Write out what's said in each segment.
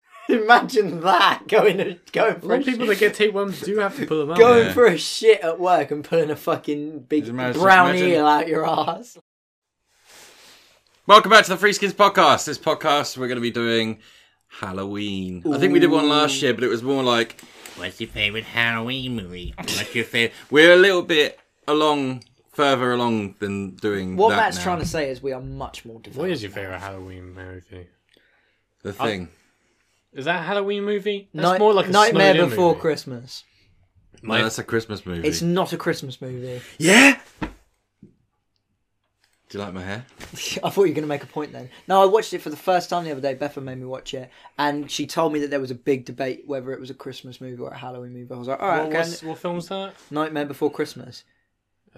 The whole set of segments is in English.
Imagine that going to, going A for lot a of people shit, that get tapeworms do have to pull them out. going Yeah. for a shit at work and pulling a fucking big Imagine- brown imagine- eel out your ass. Welcome back to the Free Skins podcast. This podcast we're going to be doing Halloween. I think we did one last year, but it was more like What's your favorite Halloween movie? What's your favorite? we're a little bit along, further along than doing. What that Matt's now. trying to say is we are much more developed. What is your favorite Halloween movie? the Oh, thing. Is that a Halloween movie? That's Night- more like a Nightmare Snowden Before movie. Christmas. No, that's a Christmas movie. It's not a Christmas movie. Yeah. Do you like my hair? I thought you were going to make a point then. No, I watched it for the first time the other day. Bethan made me watch it, and she told me that there was a big debate whether it was a Christmas movie or a Halloween movie. I was like, all right, What, okay. what's- what film's that? Nightmare Before Christmas.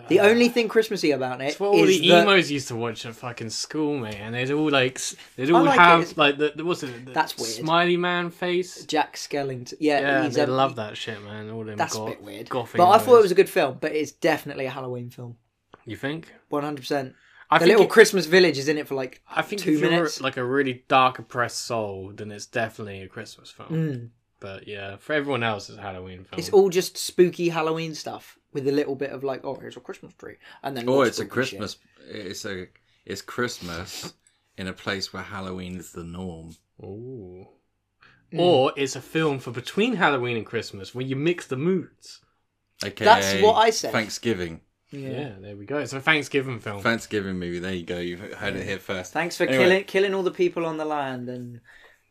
The only thing Christmassy about it Uh, It's what all is the that- emos used to watch at fucking school, mate. And they'd all like, s- they'd I all like have it. like the, the what's it? The That's weird. Smiley man face. Jack Skellington. Yeah, Yeah, he's they a- love that shit, man. All them That's goth, a bit weird. But gothy I thought it emos. was a good film. But it's definitely a Halloween film. You think? One hundred percent. I The think little it- Christmas village is in it for like I think two if you're minutes. like a really dark, oppressed soul, then it's definitely a Christmas film. But yeah, for everyone else, it's a Halloween film. Hmm. It's all just spooky Halloween stuff with a little bit of like, oh, here's a Christmas tree, and then Oh, more it's a spooky Christmas. It's a it's Christmas in a place where Halloween is the norm. Ooh. Or it's a film for between Halloween and Christmas where you mix the moods. Okay. That's what I said. Thanksgiving. shit. Yeah, there we go. It's a Thanksgiving film. Thanksgiving movie. There you go. You heard it here first. Thanks for Anyway. killing killing all the people on the land and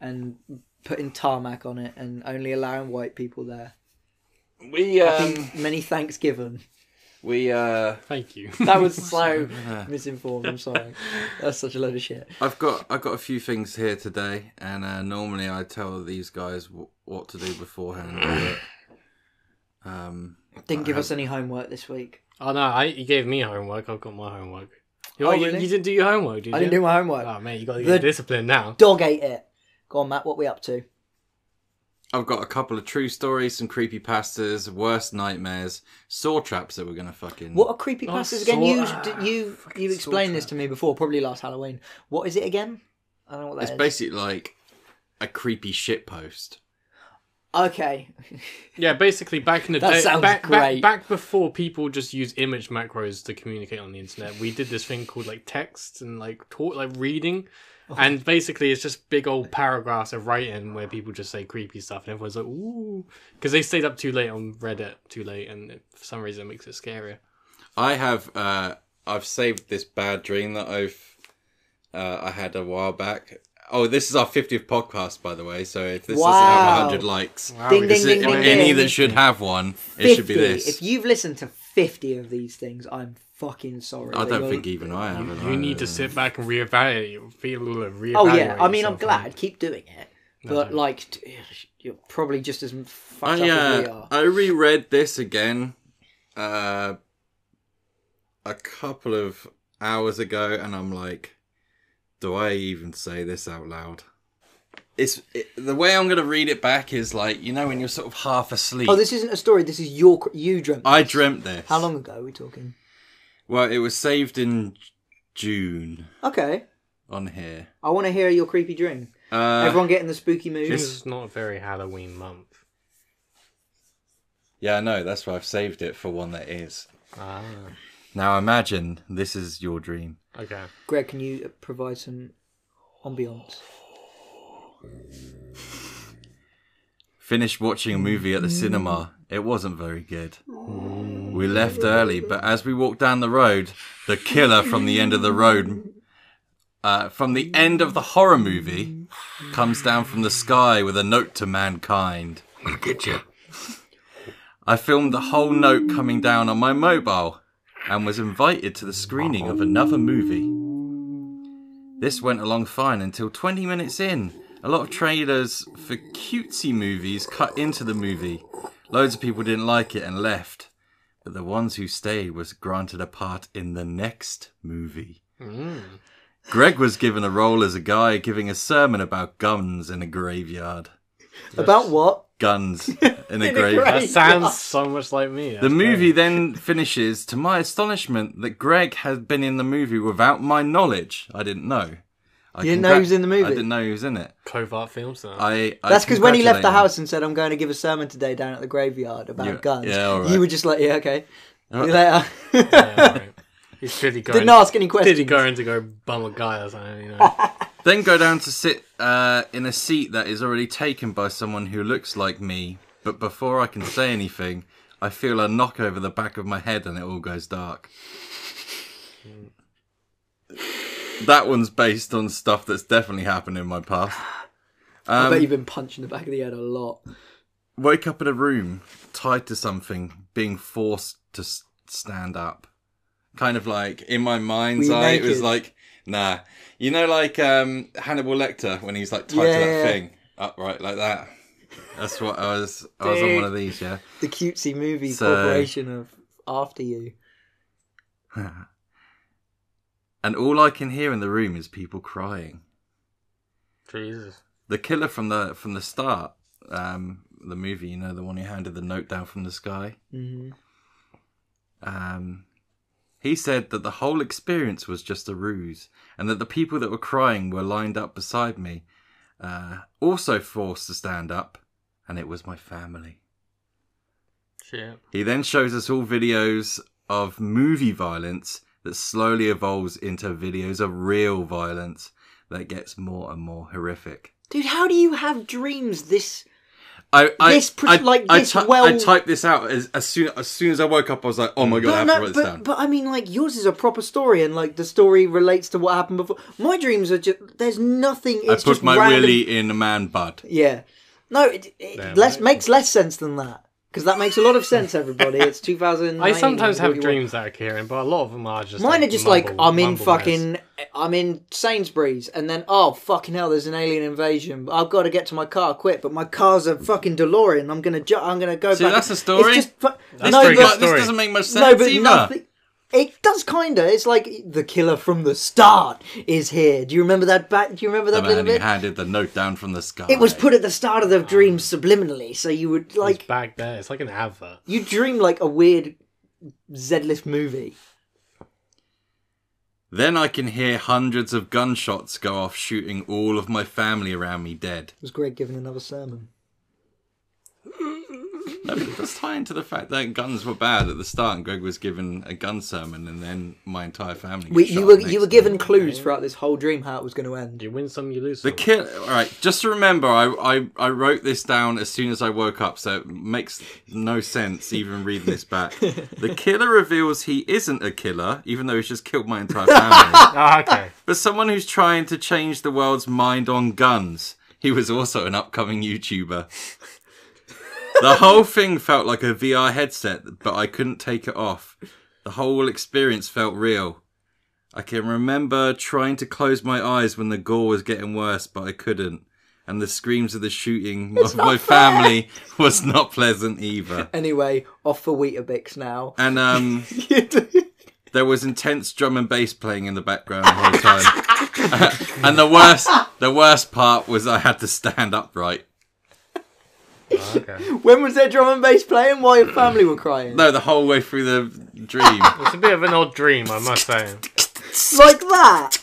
and putting tarmac on it and only allowing white people there. We um Many thanks given. we uh Thank you. That was so misinformed. I'm sorry. That's such a load of shit. I've got I've got a few things here today, and uh, normally I tell these guys w- what to do beforehand. But, um, Didn't give us any homework this week. oh no, I, you gave me homework. I've got my homework. You, Oh, you- really? you didn't do your homework, did you? I didn't do my homework. Oh man, you got to The- get disciplined now. Dog ate it. Go on, Matt. What we up to? I've got a couple of true stories, some creepy pastas, worst nightmares, saw traps that we're gonna fucking. What are creepy Oh, pastas saw- again? You ah, d- you fucking you saw explained this trap. to me before, probably last Halloween. What is it again? I don't know what that It's is. basically like a creepy shit post. Okay, Yeah, basically back in the That day, sounds back, great. Back, back before people just use image macros to communicate on the internet, we did this thing called like text and like talk, like reading, Oh. and basically it's just big old paragraphs of writing where people just say creepy stuff, and everyone's like, "Ooh," because they stayed up too late on Reddit too late, and it, for some reason it makes it scarier. I have uh I've saved this bad dream that I've uh I had a while back. Oh, this is our 50th podcast, by the way. So if this doesn't have Wow. 100 likes, Ding, we ding, Is just- it ding, ding, any ding. that should have one, it 50. should be this. If you've listened to 50 of these things, I'm fucking sorry. I that don't you're- think even I have. You need to sit back and reevaluate. Feel reevaluate. Oh, yeah. I mean, I'm yourself, glad. mate. Keep doing it. But, like, t- you're probably just as fucked I, up oh. as we uh, are. I reread this again uh, a couple of hours ago, and I'm like, do I even say this out loud? It's it, the way I'm gonna read it back is like you know when you're sort of half asleep. Oh, this isn't a story. This is your. cr- You dreamt. I this. dreamt this. How long ago are we talking? Well, it was saved in June Okay. on here. I want to hear your creepy dream. Uh, Everyone get in the spooky mood. June is not a very Halloween month. yeah, I know. That's why I've saved it for one that is. Ah, Now imagine this is your dream. okay. Greg, can you provide some ambiance? Finished watching a movie at the cinema. It wasn't very good. We left early, but as we walked down the road, the killer from the end of the road, uh, from the end of the horror movie, comes down from the sky with a note to mankind. I'll get you. I filmed the whole note coming down on my mobile and was invited to the screening of another movie. This went along fine until 20 minutes in. A lot of trailers for cutesy movies cut into the movie. Loads of people didn't like it and left. But the ones who stayed was granted a part in the next movie. Hmm. Greg was given a role as a guy giving a sermon about guns in a graveyard. About what? Guns in grave. a graveyard. That sounds so much like me. The That's movie then finishes to my astonishment that Greg had been in the movie without my knowledge. I didn't know. I You didn't know he was in the movie? I didn't know he was in it. Cove Art Films. now. I, I That's because when he left the congratulate house and said, "I'm going to give a sermon today down at the graveyard about You- guns," yeah, all right. you were just like, "Yeah, okay." See you All later. Yeah, right. He's clearly going. Didn't ask any Did questions. he go in to go bum a guy or something? You know? him. Then go down to sit uh, in a seat that is already taken by someone who looks like me. But before I can say anything, I feel a knock over the back of my head and it all goes dark. That one's based on stuff that's definitely happened in my past. I Um, bet you've been punched in the back of the head a lot. Woke up in a room tied to something, being forced to s- stand up. Kind of like in my mind's Were you eye, it was naked? like, nah. You know, like um, Hannibal Lecter when he's like tied to Yeah, that yeah. thing upright like that. That's what I was. I was on one of these, yeah. The cutesy movie So- corporation of after you. And all I can hear in the room is people crying. Jesus. The killer from the from the start, um, the movie, you know, the one who handed the note down from the sky. hmm Um, he said that the whole experience was just a ruse, and that the people that were crying were lined up beside me, uh, also forced to stand up, and it was my family. Shit. He then shows us all videos of movie violence that slowly evolves into videos of real violence that gets more and more horrific. Dude, how do you have dreams this? I, I, This pres- I, like, I, this ty- well- I typed this out as, as soon as soon as I woke up. I was like, "Oh my god, I But, have to no, write this down." but, but I mean, like yours is a proper story, and like the story relates to what happened before. My dreams are just there's nothing. It's I put just my random... willy in a man bud. Yeah. No, it, it Yeah, less right. makes less sense than that because that makes a lot of sense. Everybody, it's 2000. I sometimes have dreams that are Kieran, but a lot of them are just. Mine are just like mumble- I'm in mumble fucking, mess. I'm in Sainsbury's, and then oh fucking hell, there's an alien invasion. I've got to get to my car quick, but my car's a fucking DeLorean. I'm gonna, ju- I'm gonna go. See, back. that's a It's story. just fu- That's no, but- pretty good But this story. doesn't make much sense no, but either. nothing. It does kind of. It's like the killer from the start is here. Do you remember that? Back? Do you remember The that little man who bit? handed the note down from the sky. It was put at the start of the Ah. dream subliminally, so you would like It's back there. It's like an advert. you dream like a weird Z-list movie. Then I can hear hundreds of gunshots go off, shooting all of my family around me dead. Was Greg giving another sermon? No, but that's tying to the fact that guns were bad at the start, and Greg was given a gun sermon, and then my entire family. got We, shot you were next you were to given clues throughout this whole dream how it was going to end. You win some, you lose The some. kill. All right, just to remember, I, I I wrote this down as soon as I woke up, so it makes no sense even reading this back. the killer reveals he isn't a killer, even though he's just killed my entire family, Ah, okay. but someone who's trying to change the world's mind on guns. He was also an upcoming YouTuber. the whole thing felt like a VR headset, but I couldn't take it off. The whole experience felt real. I can remember trying to close my eyes when the gore was getting worse, but I couldn't. And the screams of the shooting of my family was not pleasant either. Anyway, off for Weetabix now. And um, there was intense drum and bass playing in the background the whole time. Uh, and the worst, the worst part was I had to stand upright. Ah, okay. when was their drum and bass playing while your family were crying? No, the whole way through the dream. It's a bit of an odd dream, I must say. Like that?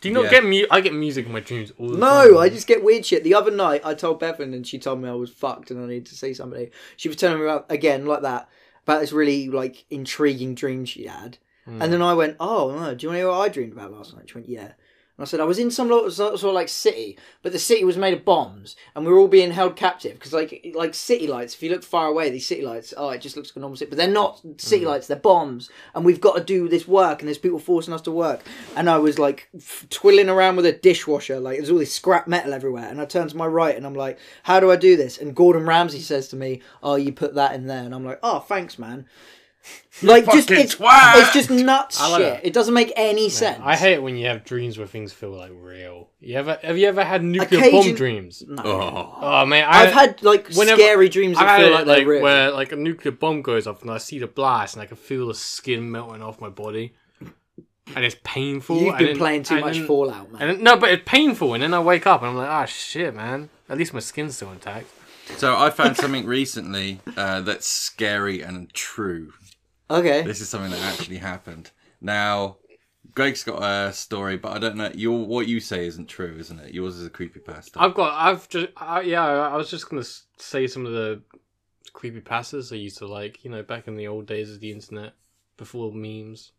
Do you not Yeah. get mu- I get music in my dreams all the time. No, I just get weird shit. The other night, I told Bevan and she told me I was fucked and I needed to see somebody. She was telling me about again like that about this really like intriguing dream she had, and then I went, "Oh no, do you want to hear what I dreamed about last night?" She went, "Yeah." And I said, I was in some lo- sort sort of like city, but the city was made of bombs, and we were all being held captive because like like city lights. If you look far away, these city lights, oh, it just looks like an normal city, but they're not city Mm. lights. They're bombs, and we've got to do this work, and there's people forcing us to work. And I was like f- twiddling around with a dishwasher, like there's all this scrap metal everywhere. And I turn to my right, and I'm like, how do I do this? And Gordon Ramsay says to me, oh, you put that in there, and I'm like, oh, thanks, man. Like just fucking it's, twat! it's just nuts like shit. that. It doesn't make any sense. I hate it when you have dreams where things feel like real. You ever have you ever had nuclear Occasion- bomb dreams? Oh, Oh man, I, I've had like whenever- scary dreams that I've feel had like it, they're like real. where like a nuclear bomb goes off and I see the blast and I can feel the skin melting off my body, and it's painful. You've and been then- playing too and much then- Fallout, man. And then, no, but it's painful, and then I wake up and I'm like, ah, shit, man. At least my skin's still intact. So I found something recently uh, that's scary and true. Okay. This is something that actually happened. Now, Greg's got a story, but I don't know. Your what you say isn't true, isn't it? Yours is a creepy pasta. I've got. I've just. I, yeah, I was just gonna s- say some of the creepy passes I used to like. You know, back in the old days of the internet, before memes.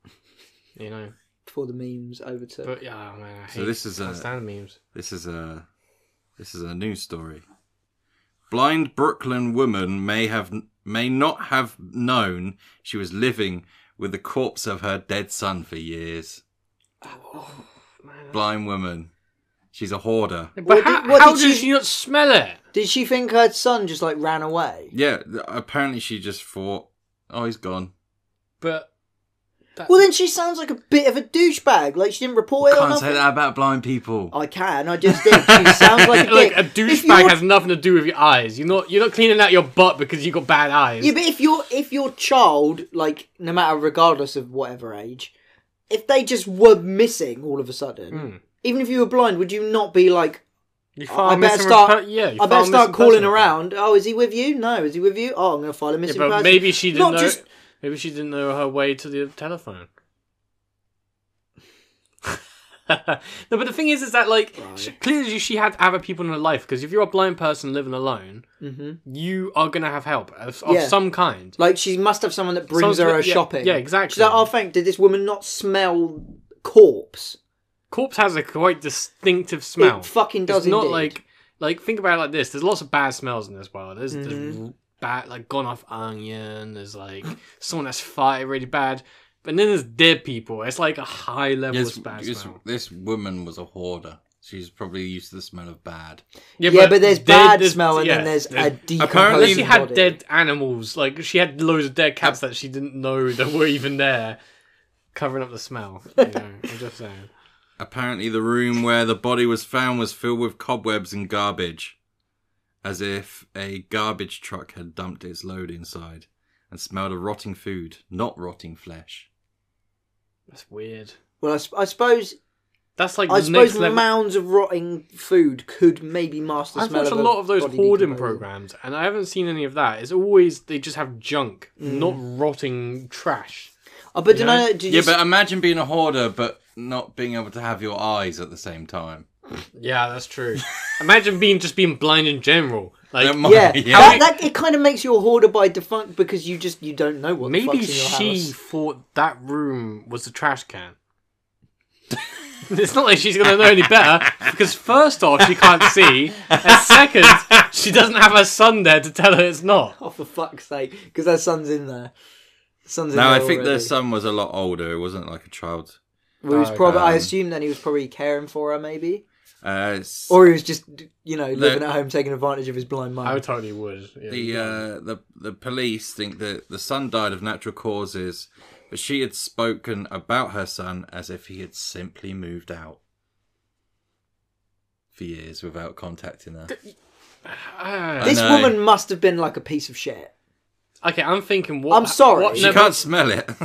You know, before the memes over to. but yeah, oh, man. I hate, So this is can't a- stand memes. This is a this is a news story. Blind Brooklyn woman may have may not have known she was living with the corpse of her dead son for years. Blind woman. She's a hoarder. But What how, did- what how did did she- she not smell it? Did she think her son just like ran away? Yeah, th- apparently she just thought, "Oh, he's gone." But that, Well, then she sounds like a bit of a douchebag. Like she didn't report it. or Can't nothing. Oh, say that about blind people. I can. I just did. She sounds like a look, dick. a If you're- douchebag has nothing to do with your eyes. You're not. You're not cleaning out your butt because you got bad eyes. Yeah, but if your if your child, like, no matter regardless of whatever age, if they just were missing all of a sudden, Hmm. even if you were blind, would you not be like, You I file better missing start- repo- yeah, you I file better start missing calling person. around. Oh, is he with you? No, is he with you? Oh, I'm gonna file a Yeah, missing but person. maybe she didn't Not know. just- Maybe she didn't know her way to the telephone. no, but the thing is, is that like she, clearly she had other people in her life because if you're a blind person living alone, you are gonna have help of, of Mm-hmm. Yeah. some kind. Like she must have someone that brings Someone's her her got- yeah, shopping. yeah, exactly. She's like, oh, thank. Did this woman not smell corpse? Corpse has a quite distinctive smell. It fucking does. it's not indeed. like like think about it like this. There's lots of bad smells in this world. There's, Mm-hmm. there's bad like gone off onion. There's like someone that's fired really bad. But then there's dead people. It's like a high level Yes, of bad this, smell. this woman was a hoarder. She's probably used to the smell of bad. Yeah, but, there's dead- bad there's- smell, and yeah, then there's, a decomposing Apparently Unless she had body. dead animals, like she had loads of dead cats that she didn't know that were even there, covering up the smell. You know, I'm just saying. Apparently, the room where the body was found was filled with cobwebs and garbage, as if a garbage truck had dumped its load inside and smelled of rotting food, not rotting flesh. That's weird. Well, I, sp- I suppose That's like I the next suppose level. mounds of rotting food could maybe mask the I've smell watched a of lot of those body hoarding decomposing. programs, and I haven't seen any of that. It's always they just have junk, Mm. not rotting trash. Oh, but did know? I? Did you Yeah, but imagine being a hoarder but not being able to have your eyes at the same time. Yeah, that's true. Imagine being just being blind in general. Like That might- yeah, yeah. That, that it kind of makes you a hoarder by defunct because you just you don't know what the maybe fuck's in your she house. thought that room was a trash can. it's not like she's gonna know any better because first off she can't see, and second she doesn't have her son there to tell her it's not. Oh, for fuck's sake! Because her son's in there. Son's in No, there I think already. their son was a lot older. It wasn't like a child. Well, he was Oh, probably. I um, assume then he was probably caring for her, maybe, Uh, it's- or he was just you know living at home taking advantage of his blind mum. I totally would. Yeah. the uh, the the police think that the son died of natural causes, but she had spoken about her son as if he had simply moved out for years without contacting her. Ah. this know. woman must have been like a piece of shit. okay, I'm thinking. What, I'm sorry. What, She no, can't smell it.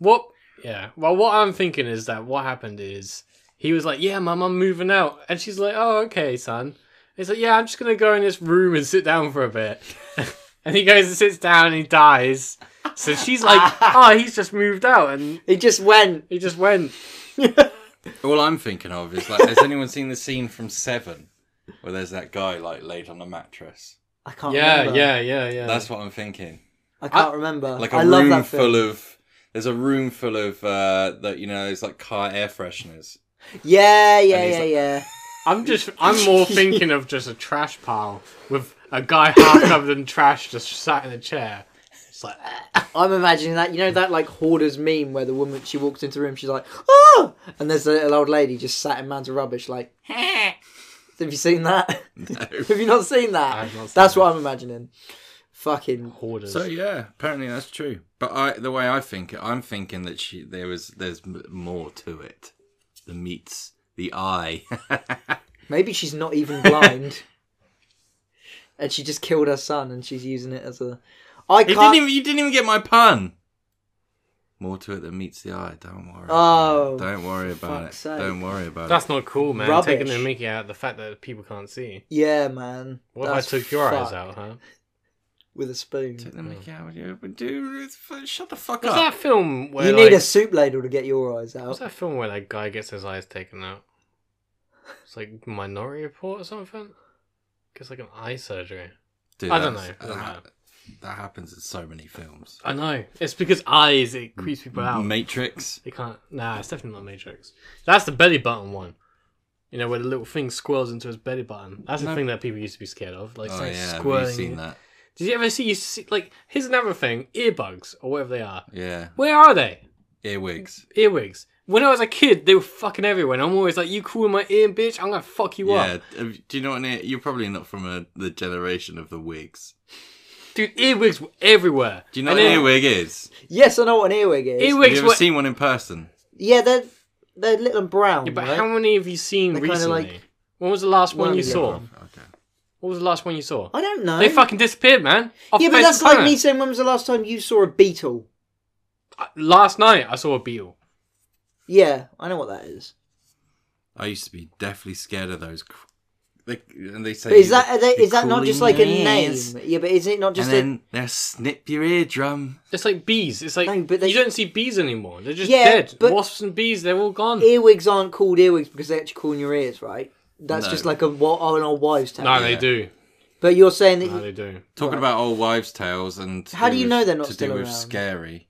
What? Yeah. Well, what I'm thinking is that what happened is he was like, "Yeah, mum, I'm moving out," and she's like, "Oh, okay, son." He's like, "Yeah, I'm just gonna go in this room and sit down for a bit," and he goes and sits down and he dies. So she's like, "Oh, he's just moved out," and He just went. he just went. All I'm thinking of is like, has anyone seen the scene from Seven where there's that guy like laid on a mattress? I can't. Yeah, remember. yeah, yeah, yeah. That's what I'm thinking. I can't remember. Like I a love room that film. full of. There's a room full of uh, that you know, it's like car air fresheners. Yeah, yeah, And he's yeah, like- yeah. I'm just. I'm more thinking of just a trash pile with a guy half covered in trash just sat in a chair. It's like, I'm imagining that. You know that like hoarders meme where the woman she walks into the room, she's like, oh, and there's a little old lady just sat in mounds of rubbish. Like, have you seen that? have you not seen that? I have not seen That's that. what I'm imagining. Fucking. hoarders. So yeah, apparently that's true. But I, the way I think it, I'm thinking that she there was there's m- more to it. The meets the eye. Maybe she's not even blind, and she just killed her son, and she's using it as a. I you can't. didn't even you didn't even get my pun. More to it than meets the eye. Don't worry. Oh, about it. don't worry about it. fuck's sake. Don't worry about it. That's not cool, man. Taking the Rubbish. Mickey out of the fact that people can't see. Yeah, man. What if I That's took your eyes fucked. out, huh? with a spoon. Take the mickey out when you open. Dude, it's- shut the fuck Mm. What's up. that film where You like, need a soup ladle to get your eyes out. What's that film where that guy gets his eyes taken out? It's like Minority Report or something. Gets like an eye surgery. Dude, I don't that's- know. I don't that- That happens in so many films. I know. It's because eyes it creeps people out. Matrix. They can't. Nah, it's definitely not Matrix. That's the belly button one. You know where the little thing squirrels into his belly button. That's the thing that people used to be scared of, like Oh something yeah, have you squirreling. seen you. that? Did you ever see you see like? Here's another thing: earbugs or whatever they are. Yeah, Where are they? earwigs. Earwigs. When I was a kid, they were fucking everywhere. And I'm always like, "You cool in my ear, bitch? I'm gonna fuck you up." Yeah, have- do you know what? an ear- You're probably not from a, the generation of the wigs. Dude, earwigs were everywhere. Do you know And what an then earwig is? Yes, I know what an earwig is. Have you Earwigs ever were. seen one in person? Yeah, they're they're little and brown. Yeah, but right? how many have you seen They're kinda recently? like- When was the last one Well, you yeah. saw? Oh, Okay. What was the last one you saw? I don't know. They fucking disappeared, man. Off yeah, the but face that's of the like planet. me saying, when was the last time you saw a beetle? Uh, Last night I saw a beetle. Yeah, I know what that is. I used to be deathly scared of those. cr- They, and they say But is the- that are they, the is that not just like a crawling name? ears, Yeah, but is it not just and a then they'll snip your eardrum. It's like bees. It's like No, but they- you don't see bees anymore. They're just Yeah, dead. but- Wasps and bees, they're all gone. earwigs aren't called earwigs because they actually call in your ears, right? That's No. just like a wa- oh, an old wives' tale. no, they Yeah. do. But you're saying that No, you- they do. Talking Right. about old wives' tales and to How do you with- know they're not to still do with around? scary?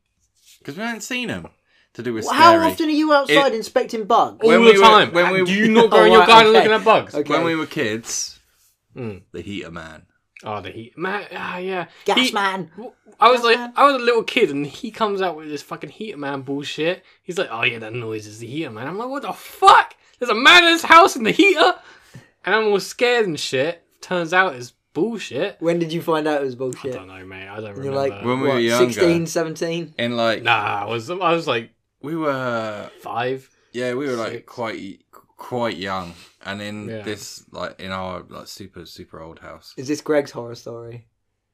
Because we haven't seen them. To do with Well, how scary. often are you outside inspecting bugs? All When the we were- time. when we- do you not go Oh, in your right, garden okay. looking at bugs? Okay. When we were kids, Mm. the heater man. Oh, the heat, man. Ah, yeah. Gas He- man. I was Gas like, man. I was a little kid, and he comes out with this fucking heater man bullshit. He's like, oh yeah, that noise is the heater man. I'm like, what the fuck? There's a man in his house in the heater, and I'm all scared and shit. Turns out it's bullshit. When did you find out it was I bullshit? don't know, mate. I don't And you're remember. like, When we were what, younger. 16, 17? And like nah, I was, I was like we were, five. yeah, we were like Six. quite quite young. And in Yeah. this, like in our like super super old house. Is this Greg's horror story?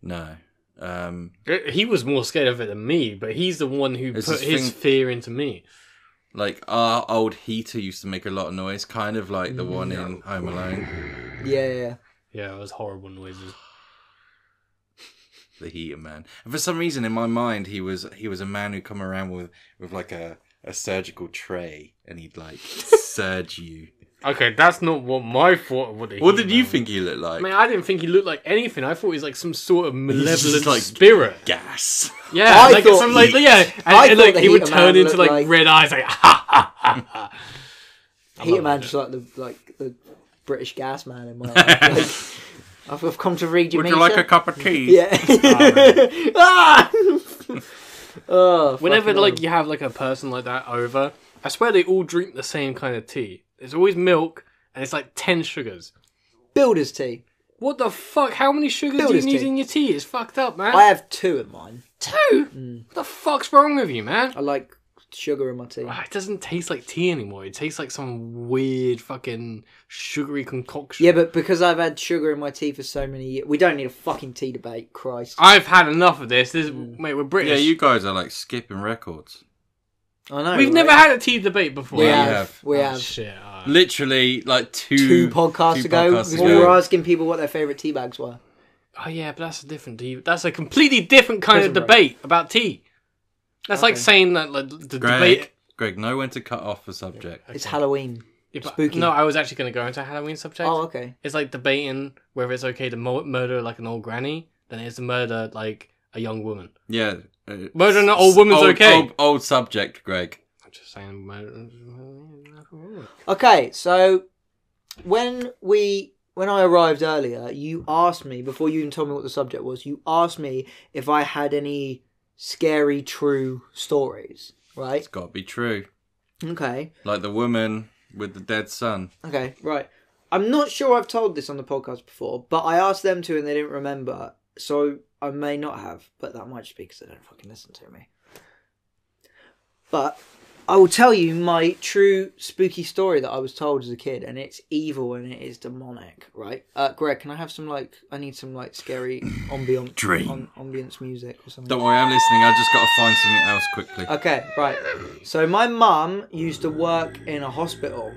No, um, Uh, He was more scared of it than me, but he's the one who It's put this his thing- fear into me. like our old heater used to make a lot of noise, kind of like the one in Home Alone, Yeah, yeah. Yeah, it was horrible noises. the heater man. And for some reason, in my mind, he was he was a man who come around with with like a a surgical tray, and he'd like surge you. Okay, that's not what my thought. of What, the What heater did you man think he looked like? Man, I didn't think he looked like anything. I thought he was like some sort of just malevolent like- spirit. Gas. Yeah, I like thought some like he- yeah, and, I and, thought like the he would Heater turn Man into like, looked like- red eyes, like ha ha ha ha. I Heater love man that just like the like the British gas man in my like, I've, I've come to read your Would you like a cup of tea? Yeah. ah! oh, shit. Whenever fucking like you have like a person like that over, I swear they all drink the same kind of tea. It's always milk, and it's like ten sugars. hell. builder's tea. What the fuck? How many sugars do you Builder's need tea. in your tea? It's fucked up, man. I have two in mine. Two. Mm. What the fuck's wrong with you, man? I like sugar in my tea. Ah, It doesn't taste like tea anymore. It tastes like some weird fucking sugary concoction. Yeah, but because I've had sugar in my tea for so many years, we don't need a fucking tea debate. Christ, I, I've had enough of this. This, mate, we're British. Yeah, you guys are like skipping records. know We've right? never had a tea debate before. We Yeah, have. you have. We Oh, have. Shit. ah. Literally, like two Two podcasts two ago, podcasts we ago. were asking people what their favourite tea bags were. Oh yeah, but that's a different tea. That's a completely different kind of Prison debate about tea. That's like Okay. saying that like, the Greg, debate. Greg, know when to cut off the subject. It's Halloween. Yeah, but- spooky. No, I was actually going to go into Halloween subject. Oh, okay. It's like debating whether it's okay to mo- murder like an old granny than it is to murder like a young woman. Yeah. uh, Murdering an s- old woman's okay. Old, old subject, Greg. I'm just saying. Murder... Okay, so when we when I arrived earlier, you asked me before you even told me what the subject was. You asked me if I had any scary true stories, right? It's got to be true. Okay, Like the woman with the dead son. okay, right. I'm not sure I've told this on the podcast before, but I asked them to and they didn't remember, so I may not have, but that might just be because they don't fucking listen to me. But I will tell you my true spooky story that I was told as a kid, and it's evil and it is demonic, right? Uh, Greg, can I have some like I need some like scary ambient Dream. on, ambience music or something? Don't worry, I'm listening. I just got to find something else quickly. Okay, right. So my mum used to work in a hospital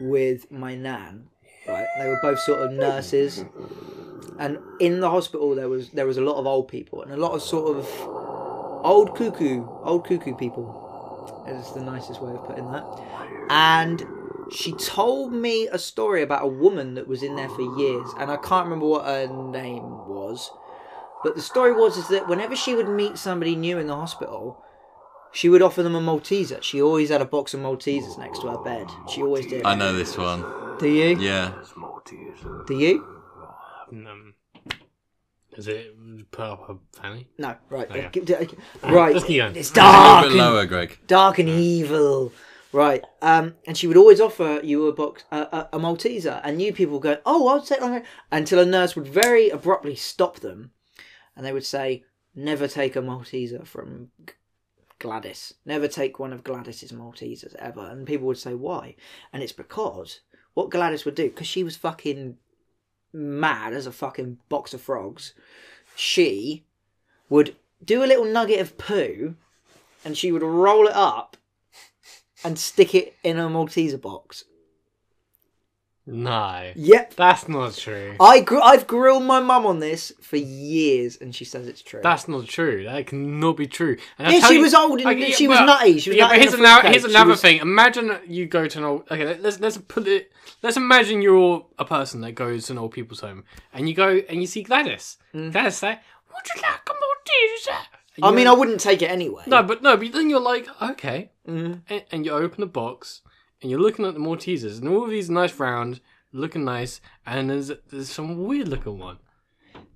with my nan. Right, they were both sort of nurses, and in the hospital there was there was a lot of old people and a lot of sort of old cuckoo, old cuckoo people. Is the nicest way of putting that. And she told me a story about a woman that was in there for years, and I can't remember what her name was. But the story was is that whenever she would meet somebody new in the hospital, she would offer them a Malteser. She always had a box of Maltesers next to her bed. She always did. I know this one. Do you? Yeah. Do you? Um, is it put up a fanny? No, right. Oh, yeah. Give- Right. Let's keep going. It's A dark. bit And, lower, Greg. dark and evil. Right. Um, and she would always offer you a box, a, a, a Malteser, and new people would go, "Oh, I'll take one." Until a nurse would very abruptly stop them, and they would say, "Never take a Malteser from G- Gladys. Never take one of Gladys's Maltesers ever." And people would say, "Why?" And it's because what Gladys would do, because she was fucking mad as a fucking box of frogs, she would do a little nugget of poo and she would roll it up and stick it in a Malteser box. No, Yep. that's not true. I gr- I've grilled my mum on this for years and she says it's true. That's not true. That cannot be true. And I Yeah, tell she was old and Okay, she was nutty. She was yeah, nutty but in here's the another fruitcake. here's She another was- thing. Imagine you go to an old. Okay, let's let's put it. Let's imagine you're a person that goes to an old people's home, and you go and you see Gladys. Gladys say, "Would you like a Malteser?" And Mm. I you're- mean, I Mm. wouldn't take it anyway. no, but no, but then you're like, okay, and, and you open the box, and you're looking at the Maltesers, and all of these nice round, looking nice, and there's there's some weird looking one,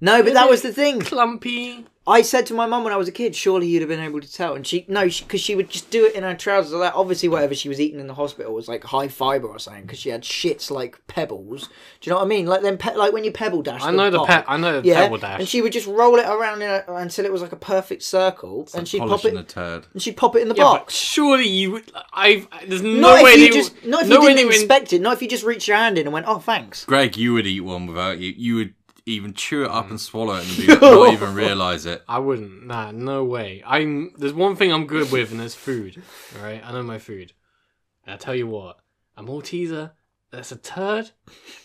No, but that was the thing. clumpy. I said to my mum when I was a kid, surely you'd have been able to tell. And she, no, because she, would just do it in her trousers like that. Obviously, whatever she was eating in the hospital was like high fiber or something because she had shits like pebbles. Do you know what I mean? Like then, pe- like when you pebble dash. I know the bowl. pe- I know the Yeah, pebble dash. and she would just roll it around in a, until it was like a perfect circle, and she'd pop Polishing it. a turd. and she'd pop it in the Yeah, but box. surely you. would- I've. There's no not way if you they just, would- not if no you way didn't they would- expect it, not if you just reached your hand in and went, "Oh, thanks." Greg, you would eat one without you. You would even chew it up and swallow it and be, not even realise it. I wouldn't. Nah, no way. I'm. There's one thing I'm good with, and that's food. All right, I know my food. And I tell you what, a Malteser. That's a turd.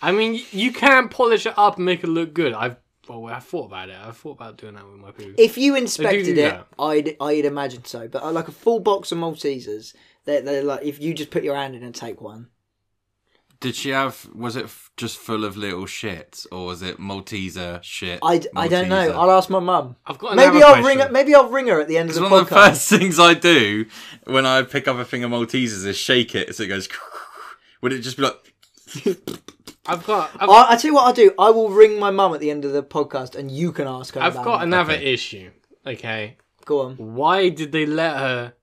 I mean, y- you can polish it up and make it look good. I've. Well, I thought about it. I thought about doing that with my poo. If you inspected it, that. I'd I'd imagine so. But uh, like a full box of Maltesers, they're, they're like if you just put your hand in and take one. Did she have? Was it f- just full of little shits, or was it Malteser shit? I, I don't know. Malteser? I'll ask my mum. I've got another Maybe I'll question. ring. her- Maybe I'll ring her at the end of It's the one of the podcast. first things I do when I pick up a thing of Maltesers is shake it so it goes. Would it just be like? I've got. I've, I, I tell you what I'll do. I will ring my mum at the end of the podcast, and you can ask her. I've about got it. another issue. Okay, Go on. why did they let her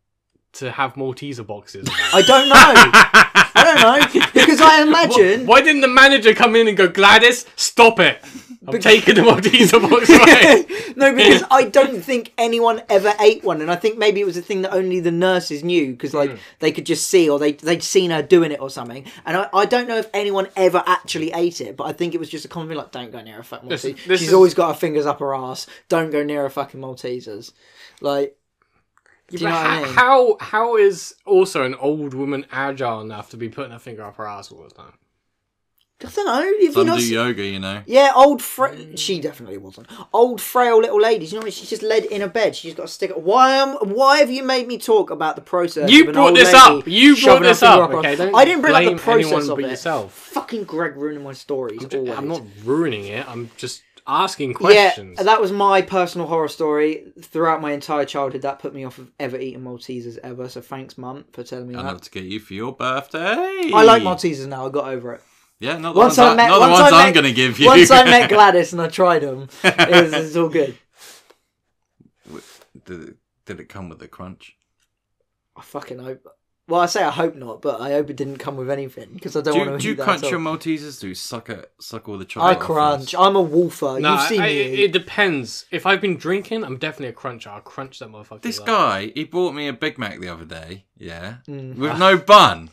to have Malteser boxes? I don't know. I don't know because I imagine Why didn't the manager come in and go, Gladys, stop it? I'm taking the Malteser box away. no, because I don't think anyone ever ate one, and I think maybe it was a thing that only the nurses knew because Hmm. like they could just see or they they'd seen her doing it or something. And I, I don't know if anyone ever actually ate it, but I think it was just a common thing like don't go near a fucking Maltese. this She's is- always got her fingers up her ass. Don't go near a fucking Maltesers. Like, do you know what But I ho- mean? How how is also an old woman agile enough to be putting her finger up her ass all the time? I don't know. If you Some not. do seen- yoga, you know. Yeah, old fra- Mm. she definitely wasn't. Old frail little ladies, you know, what? she's just led in a bed. She's got a stick. Why am? Why have you made me talk about the process? You of an brought old this lady up. You shoving brought this her finger up. her- Okay, don't I didn't bring up blame the process anyone of but it. yourself. Fucking Greg ruining my stories. always. I'm not ruining it. I'm just asking Yeah, questions. that was my personal horror story throughout my entire childhood. That put me off of ever eating Maltesers ever. So thanks, Mum, for telling me I'll that. have to get you for your birthday. I like Maltesers now. I got over it. Yeah, not the Once ones, I I, met, not the once ones I met, I'm going to give you. Once I met Gladys and I tried them, it was, it was all good. did, it, did it come with the crunch? I fucking hope. Well, I say I hope not, but I hope it didn't come with anything because I don't Do want to you, do you eat that. crunch at your all. Maltesers? Do you suck it, suck all the I chocolate? off crunch. first? I'm a wolfer. No, You've seen I- I- me. it depends. If I've been drinking, I'm definitely a cruncher. I'll crunch that motherfucker. This up. guy, he bought me a Big Mac the other day. Yeah, Mm. with no bun.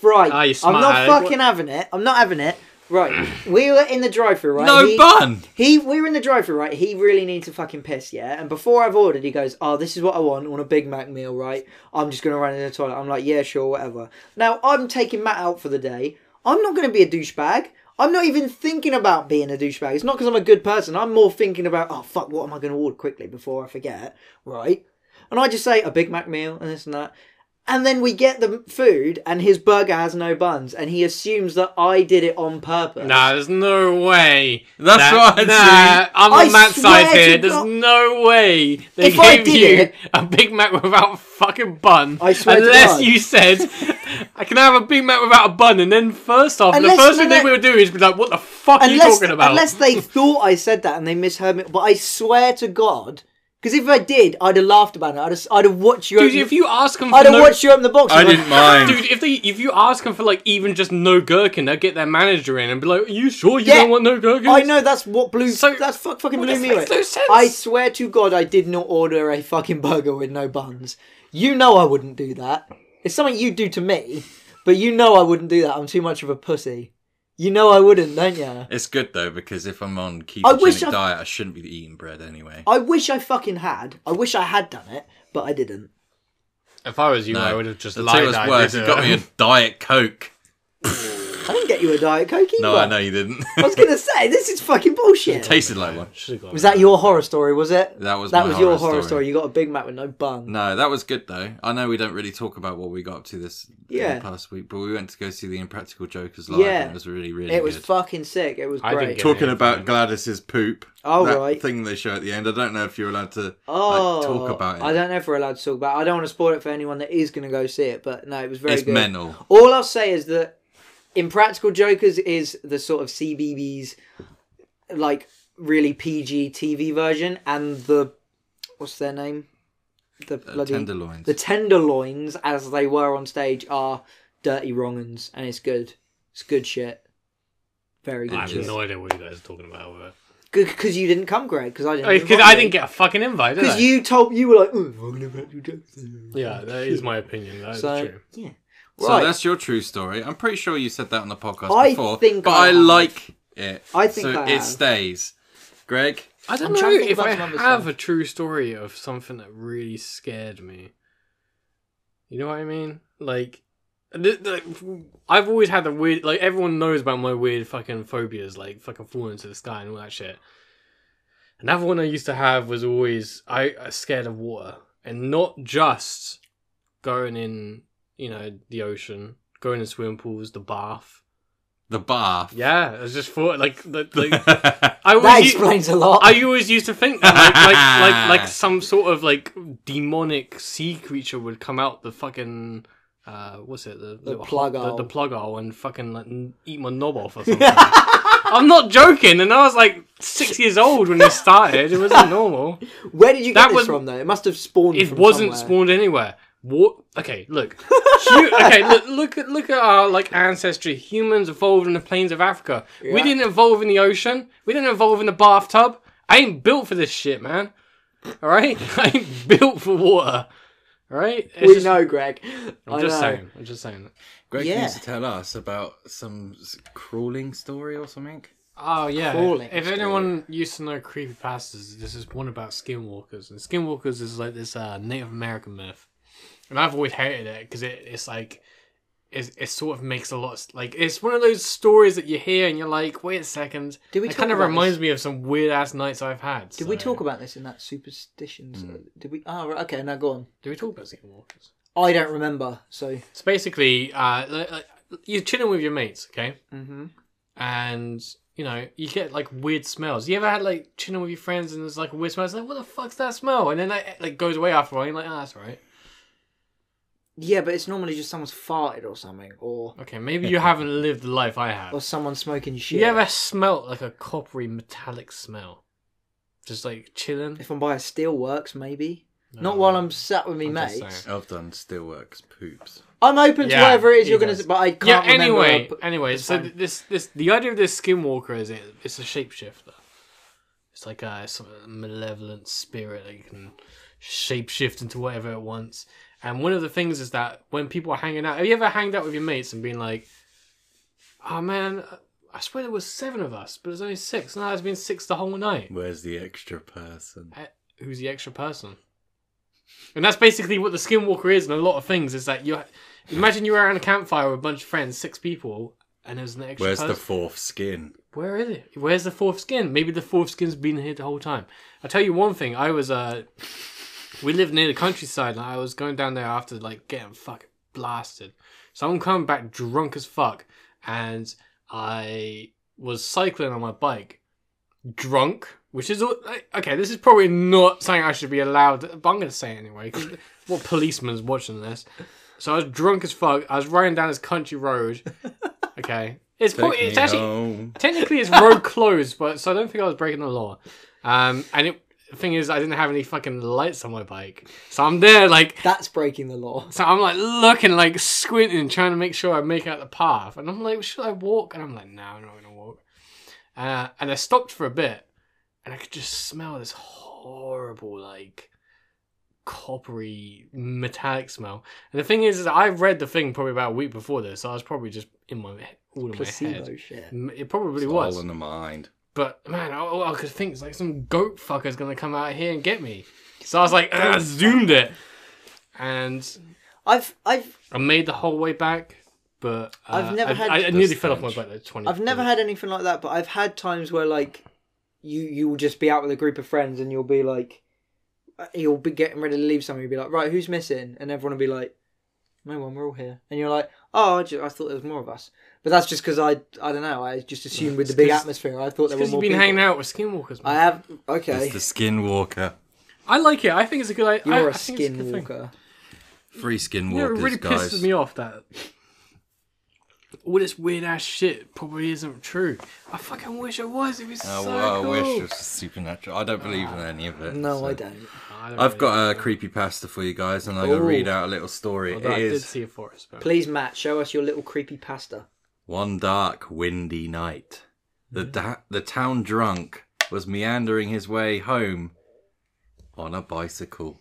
right. Ah, you I'm not smart. fucking having it. I'm not having it. Right. we were in the drive-thru, right? No He- bun. He, we were in the drive-thru, right? He really needs to fucking piss, yeah. And before I've ordered, he goes, "Oh, this is what I want. I want a Big Mac meal, right? I'm just gonna run in the toilet." I'm like, "Yeah, sure, whatever." Now I'm taking Matt out for the day. I'm not gonna be a douchebag. I'm not even thinking about being a douchebag. It's not because I'm a good person. I'm more thinking about, oh, fuck, what am I going to order quickly before I forget, right? And I just say a Big Mac meal and this and that. And then we get the food, and his burger has no buns, and he assumes that I did it on purpose. Nah, there's no way. That's that, what I'd nah, I'm I on Matt's swear side to here. There's God- no way they If I gave did you it- a Big Mac without a fucking bun. I swear to unless God. you said, I can have a Big Mac without a bun, and then first off, Unless- the first thing no, they no. will do is be like, what the fuck are you unless, talking about? unless they thought I said that and they misheard me. But I swear to God, because if I did, I'd have laughed about it. I'd have, I'd have watched you. Dude, open, if you ask them for I'd have no- watched you open the box. I and didn't like, mind. Dude, if they if you ask them for like even just no gherkin, they'll get their manager in and be like, "Are you sure you Yeah. don't want no gherkin?" I know that's what blew. So- that's fuck, fucking Well, blew this me away. makes no sense. I swear to God, I did not order a fucking burger with no buns. You know I wouldn't do that. It's something you do to me, but you know I wouldn't do that. I'm too much of a pussy. You know I wouldn't, don't you? It's good though because if I'm on I wish ketogenic I- Oh, diet, I shouldn't be eating bread anyway. I wish I fucking had. I wish I had done it, but I didn't. If I was you, No. I would have just The lied. two was that I worse. did You it. got me a diet coke. I didn't get you a diet coke either. No, I know you didn't. I was gonna say this is fucking bullshit. Tasted like one. Should've got Was that your horror story? Was it? That was that my was your horror horror story. story. You got a Big Mac with no bun. No, that was good though. I know we don't really talk about what we got up to this Yeah. yeah. past week, but we went to go see the Impractical Jokers live. Yeah. and it was really really. it was good. fucking sick. It was I didn't great. get it. Talking about Gladys's poop. Oh, that right. thing they show at the end. I don't know if you're allowed to like, oh, talk about it. I don't know if we're allowed to talk about. it. I don't want to spoil it for anyone that is going to go see it. But no, it was very It's good. mental. All I'll say is that Impractical Jokers is the sort of CBBS, like really PG TV version, and the what's their name? The Uh, bloody tenderloins. The tenderloins, as they were on stage, are dirty wrongins, and it's good. It's good shit. Very I good have shit. no idea what you guys are talking about. with it. Because you didn't come, Greg. Because I didn't. Because Oh, I didn't get a fucking invite, did I? Because you told you were like, oh, we're gonna make you jokes." Yeah, that is my opinion. That's So true. yeah, So right. that's your true story. I'm pretty sure you said that on the podcast I before. think but I I, have. like it. I think so I it have. stays. Greg, I don't I'm know trying to think if about I some other have stuff. a true story of something that really scared me. You know what I mean? Like, th- th- I've always had the weird. Like, everyone knows about my weird fucking phobias, like fucking falling into the sky and all that shit. Another one I used to have was always I, I was scared of water, and not just going in, you know, the ocean, going in swimming pools, the bath. the bath. Yeah, I just thought like like, like Yeah. I that always explains a lot. I always used to think that like, like like like some sort of like demonic sea creature would come out the fucking uh what's it the, little- plug the, hole. the plug hole and fucking like n- eat my knob off or something. I'm not joking, and I was like six years old when this started. It wasn't normal. Where did you get that this was- from though? It must have spawned. It from wasn't somewhere. spawned anywhere. What? Okay, look. Hu- okay, look, look at look at our like ancestry. Humans evolved in the plains of Africa. We Yeah. didn't evolve in the ocean. We didn't evolve in the bathtub. I ain't built for this shit, man. All right, I ain't built for water. All right, It's We just- know, Greg. I'm just saying. I'm just saying. Greg Yeah. needs to tell us about some s- crawling story or something. Oh yeah. Crawling if anyone used to know creepy pastas, this is one about skinwalkers, and skinwalkers is like this uh, Native American myth, and I've always hated it because it, it's like. It, it sort of makes a lot of, like it's one of those stories that you hear and you're like wait a second Did we it talk kind of about reminds this? me of some weird ass nights I've had Did we talk about this in that superstitions? Hmm. Did we? Oh, right, okay. Now go on. did we talk about skinwalkers I don't remember. So So basically, uh, li- like, you're chilling with your mates, okay? Mm-hmm. And you know you get like weird smells. You ever had like chilling with your friends and there's like a weird smell? It's like what the fuck's that smell? And then that like goes away after a while. You're like, ah, that's all right. yeah, but it's normally just someone's farted or something, or Okay, maybe you haven't lived the life I have. or someone smoking Oh, shit. You ever smelt like a coppery metallic smell? Just like chilling. If I'm by a steelworks, maybe. No. Not while I'm sat with me I'm just mates. saying. I've done steelworks poops. I'm open to Yeah, whatever it is he you're going does. to, but I can't yeah. remember. Anyway, but- anyway. it's So fine. th- this this the idea of this skinwalker is it, it's a shapeshifter. It's like a sort of malevolent spirit that can shapeshift into whatever it wants. And one of the things is that when people are hanging out, have you ever hanged out with your mates and been like, "Oh man, I swear there was seven of us, but there's only six. Now there's been six the whole night." Where's the extra person? Eh, who's the extra person. And that's basically what the skinwalker is in a lot of things. Is that you imagine you're around a campfire with a bunch of friends, six people, and there's an extra. Where's the person. fourth skin? Where is it? Where's the fourth skin? Maybe the fourth skin's been here the whole time. I'll tell you one thing. I was uh, we lived near the countryside, and I was going down there after like getting fucking blasted. So I'm coming back drunk as fuck, and I was cycling on my bike, drunk, which is all- like, okay. This is probably not something I should be allowed, but I'm gonna say it anyway. 'cause what policeman's watching this? So I was drunk as fuck. I was riding down this country road. Okay, it's probably, Take it's me actually home. technically it's road closed, but so I don't think I was breaking the law. Um, and it, the thing is, I didn't have any fucking lights on my bike, so I'm there like, That's breaking the law. so I'm like looking like squinting, trying to make sure I make out the path, and I'm like, should I walk? And I'm like, no, I'm not gonna walk. Uh, and I stopped for a bit, and I could just smell this horrible like coppery metallic smell. And the thing is, is I read the thing probably about a week before this, so I was probably just in my all in my head. Placebo shit. M- It probably It's was. all in the mind. But man, all, all I could think is like some goat fucker's gonna come out here and get me. So I was like, "Ugh," I zoomed it, and I've I've I made the whole way back. But uh, I've never I, had- I, I nearly fell off my That's bike like twenty. I've never had anything like that, but I've had times where like you you will just be out with a group of friends and you'll be like uh, you'll be getting ready to leave somewhere. You'll be like, right, who's missing? And everyone will be like, no one, we're all here. And you're like, oh, I, ju- I thought there was more of us, but that's just because I I don't know. I just assumed with the It's big 'cause- atmosphere, I thought there were because more you've been people. hanging out with skinwalkers. I Man. have okay. It's the skinwalker. I, like it. I think it's a good. I, You're a I, I think it's a good thing. skinwalker. Three skinwalkers, You know, it really guys. pisses me off that all this weird ass shit probably isn't true. I fucking wish it was. It was Oh, so well, cool. I wish it was supernatural. I don't believe in any of it. No, so. I don't. I don't I've really- got a creepy pasta for you guys, and I'm gonna Ooh. read out a little story. Although I it Oh, did is see a forest. But... Please, Matt, show us your little creepy pasta. one dark, windy night. The da- the town drunk was meandering his way home on a bicycle.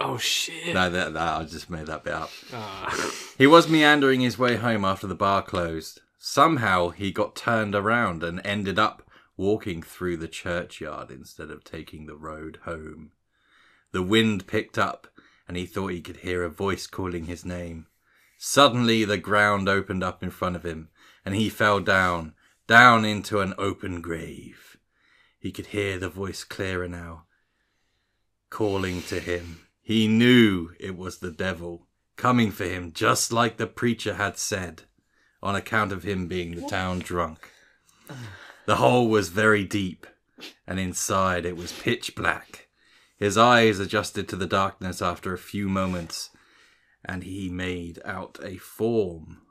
Oh shit. No, that, that I just made that bit up. Ah. He was meandering his way home after the bar closed. Somehow he got turned around and ended up walking through the churchyard instead of taking the road home. The wind picked up and he thought he could hear a voice calling his name. Suddenly the ground opened up in front of him and he fell down, down into an open grave. He could hear the voice clearer now, calling to him. He knew it was the devil coming for him, just like the preacher had said, on account of him being the town drunk. The hole was very deep, and inside it was pitch black. His eyes adjusted to the darkness after a few moments, and he made out a form.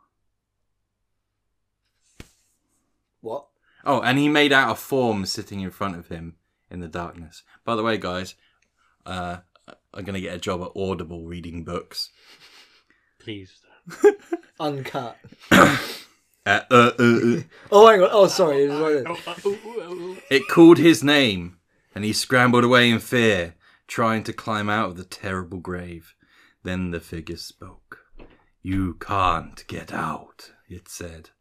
What? Oh, and he made out a form sitting in front of him in the darkness. By the way, guys, uh, I'm going to get a job at Audible reading books. Please. Uncut. Uh, uh, uh, uh. Oh, hang on. Oh, sorry. It was like this. oh, It called his name, and he scrambled away in fear, trying to climb out of the terrible grave. Then the figure spoke. You can't get out, it said.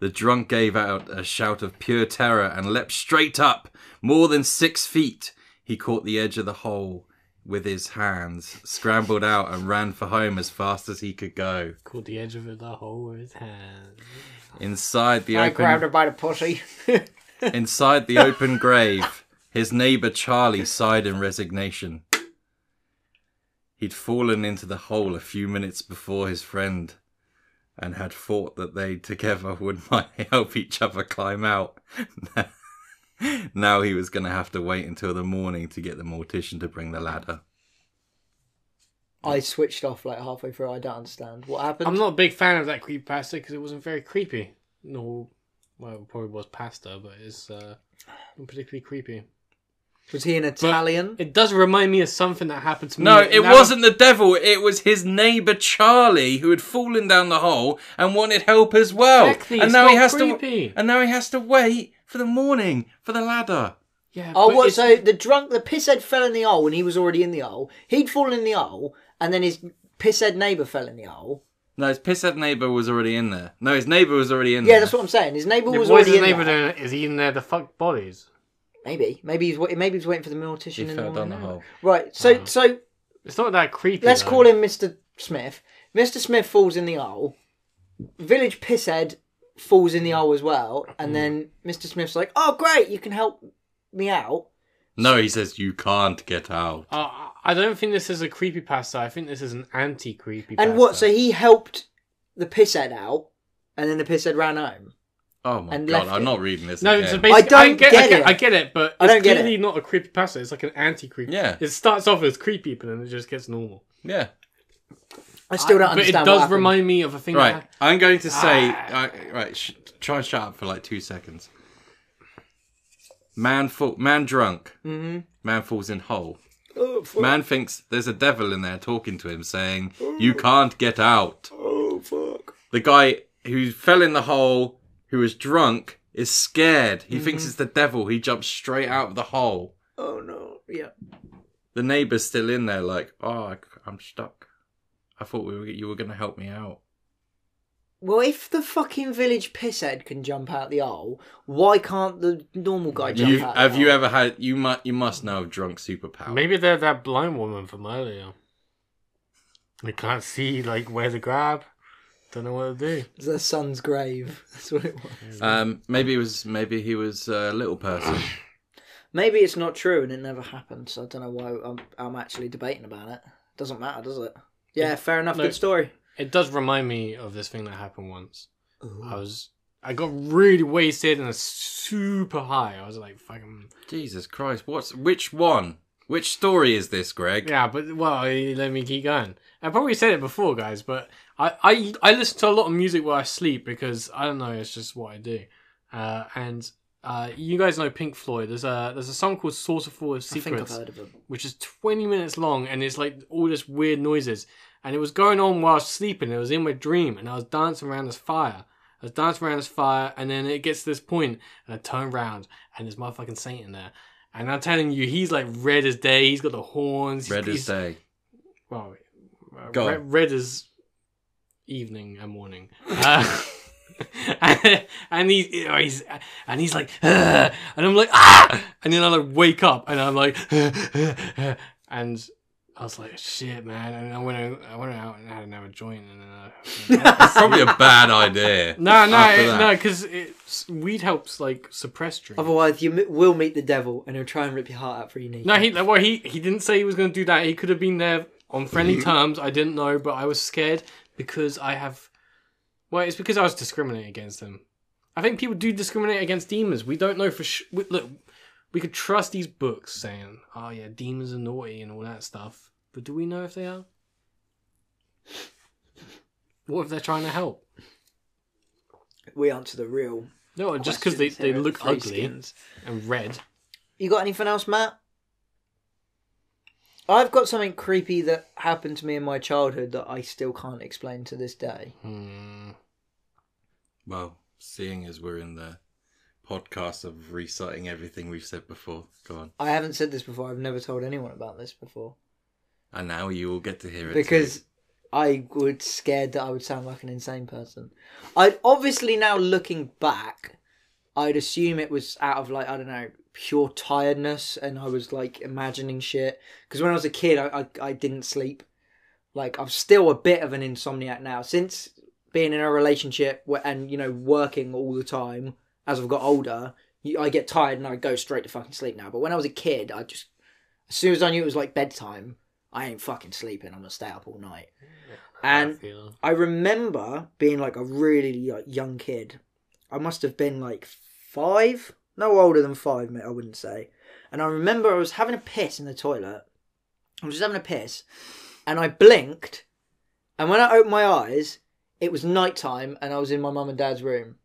The drunk gave out a shout of pure terror and leapt straight up, more than six feet. He caught the edge of the hole with his hands, scrambled out, and ran for home as fast as he could go. Called the edge of it the hole with his hand. Inside the I open grabbed her by the pussy. Inside the open grave, his neighbour Charlie sighed in resignation. He'd fallen into the hole a few minutes before his friend and had thought that they together would might help each other climb out. now he was going to have to wait until the morning to get the mortician to bring the ladder. I switched off like halfway through. I don't understand what happened. I'm not a big fan of that creepypasta because it wasn't very creepy. No, well, it probably was pasta, but it's uh, not particularly creepy. Was he an But Italian? It does remind me of something that happened to me. No, it now- wasn't the devil. It was his neighbour Charlie who had fallen down the hole and wanted help as well. Exactly, and it's now he not has creepy. to. And now he has to wait for the morning for the ladder. Yeah, Oh, but what? it's- So the drunk, the pisshead fell in the hole, and he was already in the hole. He'd fallen in the hole, and then his pisshead neighbour fell in the hole. No, his pisshead neighbour was already in there. No, his neighbour was already in Yeah, there. that's what I'm saying. His neighbour Yeah, was what is already his in neighbour there. doing? Is he in there to fuck bodies? Maybe, maybe he's wa- maybe he's waiting for the mortician. He in the fell down the morning. hole. Uh-huh. Right. So, so It's not that creepy. let's though. call him Mr. Smith. Mr. Smith falls in the hole. Village pisshead falls in the hole as well, Mm. and then Mr. Smith's like, "Oh, great, you can help me out." No, he says you can't get out. Uh, I don't think this is a creepy pasta. I think this is an anti creepy. And what? So he helped the pisshead out, and then the pisshead ran home. Oh my And god, left I'm it. not reading this. No, again. so basically, I don't get, get I get, it. I get it, but I it's don't get clearly not a creepy pasta. It's like an anti creepy. Yeah. it starts off as creepy, but then it just gets normal. yeah. I still don't but it understand. what does happened. remind me of a thing. Right, That, I'm going to say. I right, sh- try and shut up for like two seconds. Man, fall, man drunk. Mm-hmm. Man falls in hole. Oh, fuck. Man thinks there's a devil in there talking to him, saying, "You can't get out." Oh fuck! The guy who fell in the hole, who was drunk, is scared. He Mm-hmm. thinks it's the devil. He jumps straight out of the hole. Oh no! Yeah. The neighbor's still in there, like, "Oh, I, am stuck. I thought we were you were going to help me out." Well, if the fucking village pisshead can jump out the hole, why can't the normal guy jump You, out? have the you hole? ever had? You must. You must know of drunk superpower. maybe they're that blind woman from earlier. They can't see like where to grab. Don't know what to do. It's their son's grave. That's what it was. Um, maybe it was maybe he was a little person. Maybe it's not true and it never happened, so I don't know why I'm, I'm actually debating about it. Doesn't matter, does it? Yeah, fair enough. No. Good story. It does remind me of this thing that happened once. I was I got really wasted and super high. I was like fucking Jesus Christ! What's which one? Which story is this, Greg? yeah, but well, let me keep going. I probably said it before, guys, but I I I listen to a lot of music while I sleep because I don't know, it's just what I do. Uh, and uh, you guys know Pink Floyd. There's a there's a song called "Saucerful of I think I've Secrets," heard of them. which is 20 minutes long and it's like all this weird noises and it was going on while I was sleeping it was in my dream and i was dancing around this fire i was dancing around this fire and then it gets to this point and i turn around and there's motherfucking saint in there and i'm telling you he's like red as day he's got the horns Red he's, as day. well, uh, Go red, on. red is evening and morning. Uh, and, he's, you know, he's and he's like, "Ugh," and I'm like, ah, and then I like wake up and I'm like, and I was like, shit, man. And I went, out- I went out and had another joint. And then I, Probably a bad idea. no, no, After it, that. no, because weed helps like suppress dreams. Otherwise, you m- will meet the devil and he'll try and rip your heart out for your knee. No, he well, he he didn't say he was going to do that. He could have been there on friendly terms. I didn't know, but I was scared because I have. Well, it's because I was discriminating against them. I think people do discriminate against demons. We don't know for sure. We, look, we could trust these books saying, "Oh yeah, demons are naughty and all that stuff," but do we know if they are? What if they're trying to help? We answer the real. No, just because they, questions they here at look Three ugly Skins. and red. You got anything else, Matt? I've got something creepy that happened to me in my childhood that I still can't explain to this day. Hmm. Well, seeing as we're in the podcast of reciting everything we've said before, go on. I haven't said this before. I've never told anyone about this before And now you all get to hear it too. because I was scared that I would sound like an insane person. I obviously now looking back, I'd assume it was out of like I don't know pure tiredness, and I was like imagining shit. Because when I was a kid, I, I I didn't sleep. Like I'm still a bit of an insomniac now. Since being in a relationship wh- and you know working all the time as I've got older, you, I get tired and I go straight to fucking sleep now. But when I was a kid, I just as soon as I knew it was like bedtime, I ain't fucking sleeping. I'm gonna stay up all night. And feel- I remember being like a really like, young kid. I must have been like five, no older than five, mate. I wouldn't say. And I remember I was having a piss in the toilet. I was just having a piss, and I blinked, and when I opened my eyes, it was nighttime, and I was in my mum and dad's room,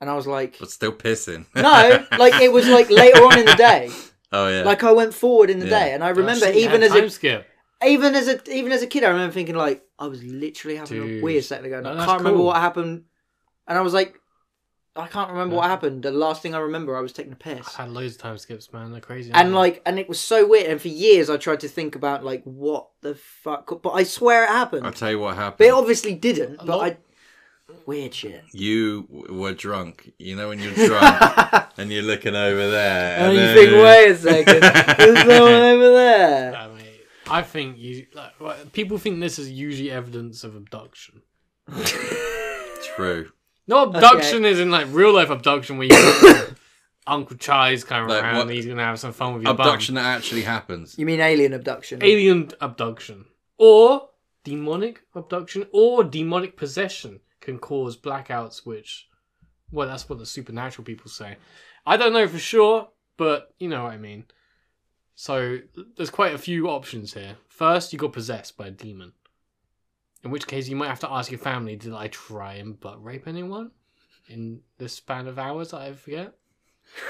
and I was like, but still pissing. no, like it was like later on in the day. Oh yeah. Like I went forward in the Yeah. day, and I remember Shit, even yeah, as time a skip. even as a even as a kid, I remember thinking like I was literally having Dude. a weird second ago. And No, I that's can't remember cool. what happened, and I was like, I can't remember what happened. The last thing I remember, I was taking a I've piss, had loads of time skips, man. They're crazy. aren't and they? like, and it was so weird. And for years, I tried to think about like what the fuck, but I swear it happened. I'll tell you what But happened. it obviously didn't. But lot- I weird shit. you w- were drunk. You know when you're drunk and you're looking over there. And you then- think, wait a second, there's no one over there. I mean, I think you. Like, well, people think this is usually evidence of abduction. True. No abduction is in like real life abduction where you Uncle Chai's coming Like, around what- and he's gonna have some fun with your bum. Abduction that actually happens. You mean alien abduction? Alien abduction. Or demonic abduction or demonic possession can cause blackouts which well that's what the supernatural people say. I don't know for sure, but you know what I mean. So there's quite a few options here. First you got possessed by a demon. In which case you might have to ask your family, did I try and butt rape anyone? In this span of hours that I forget?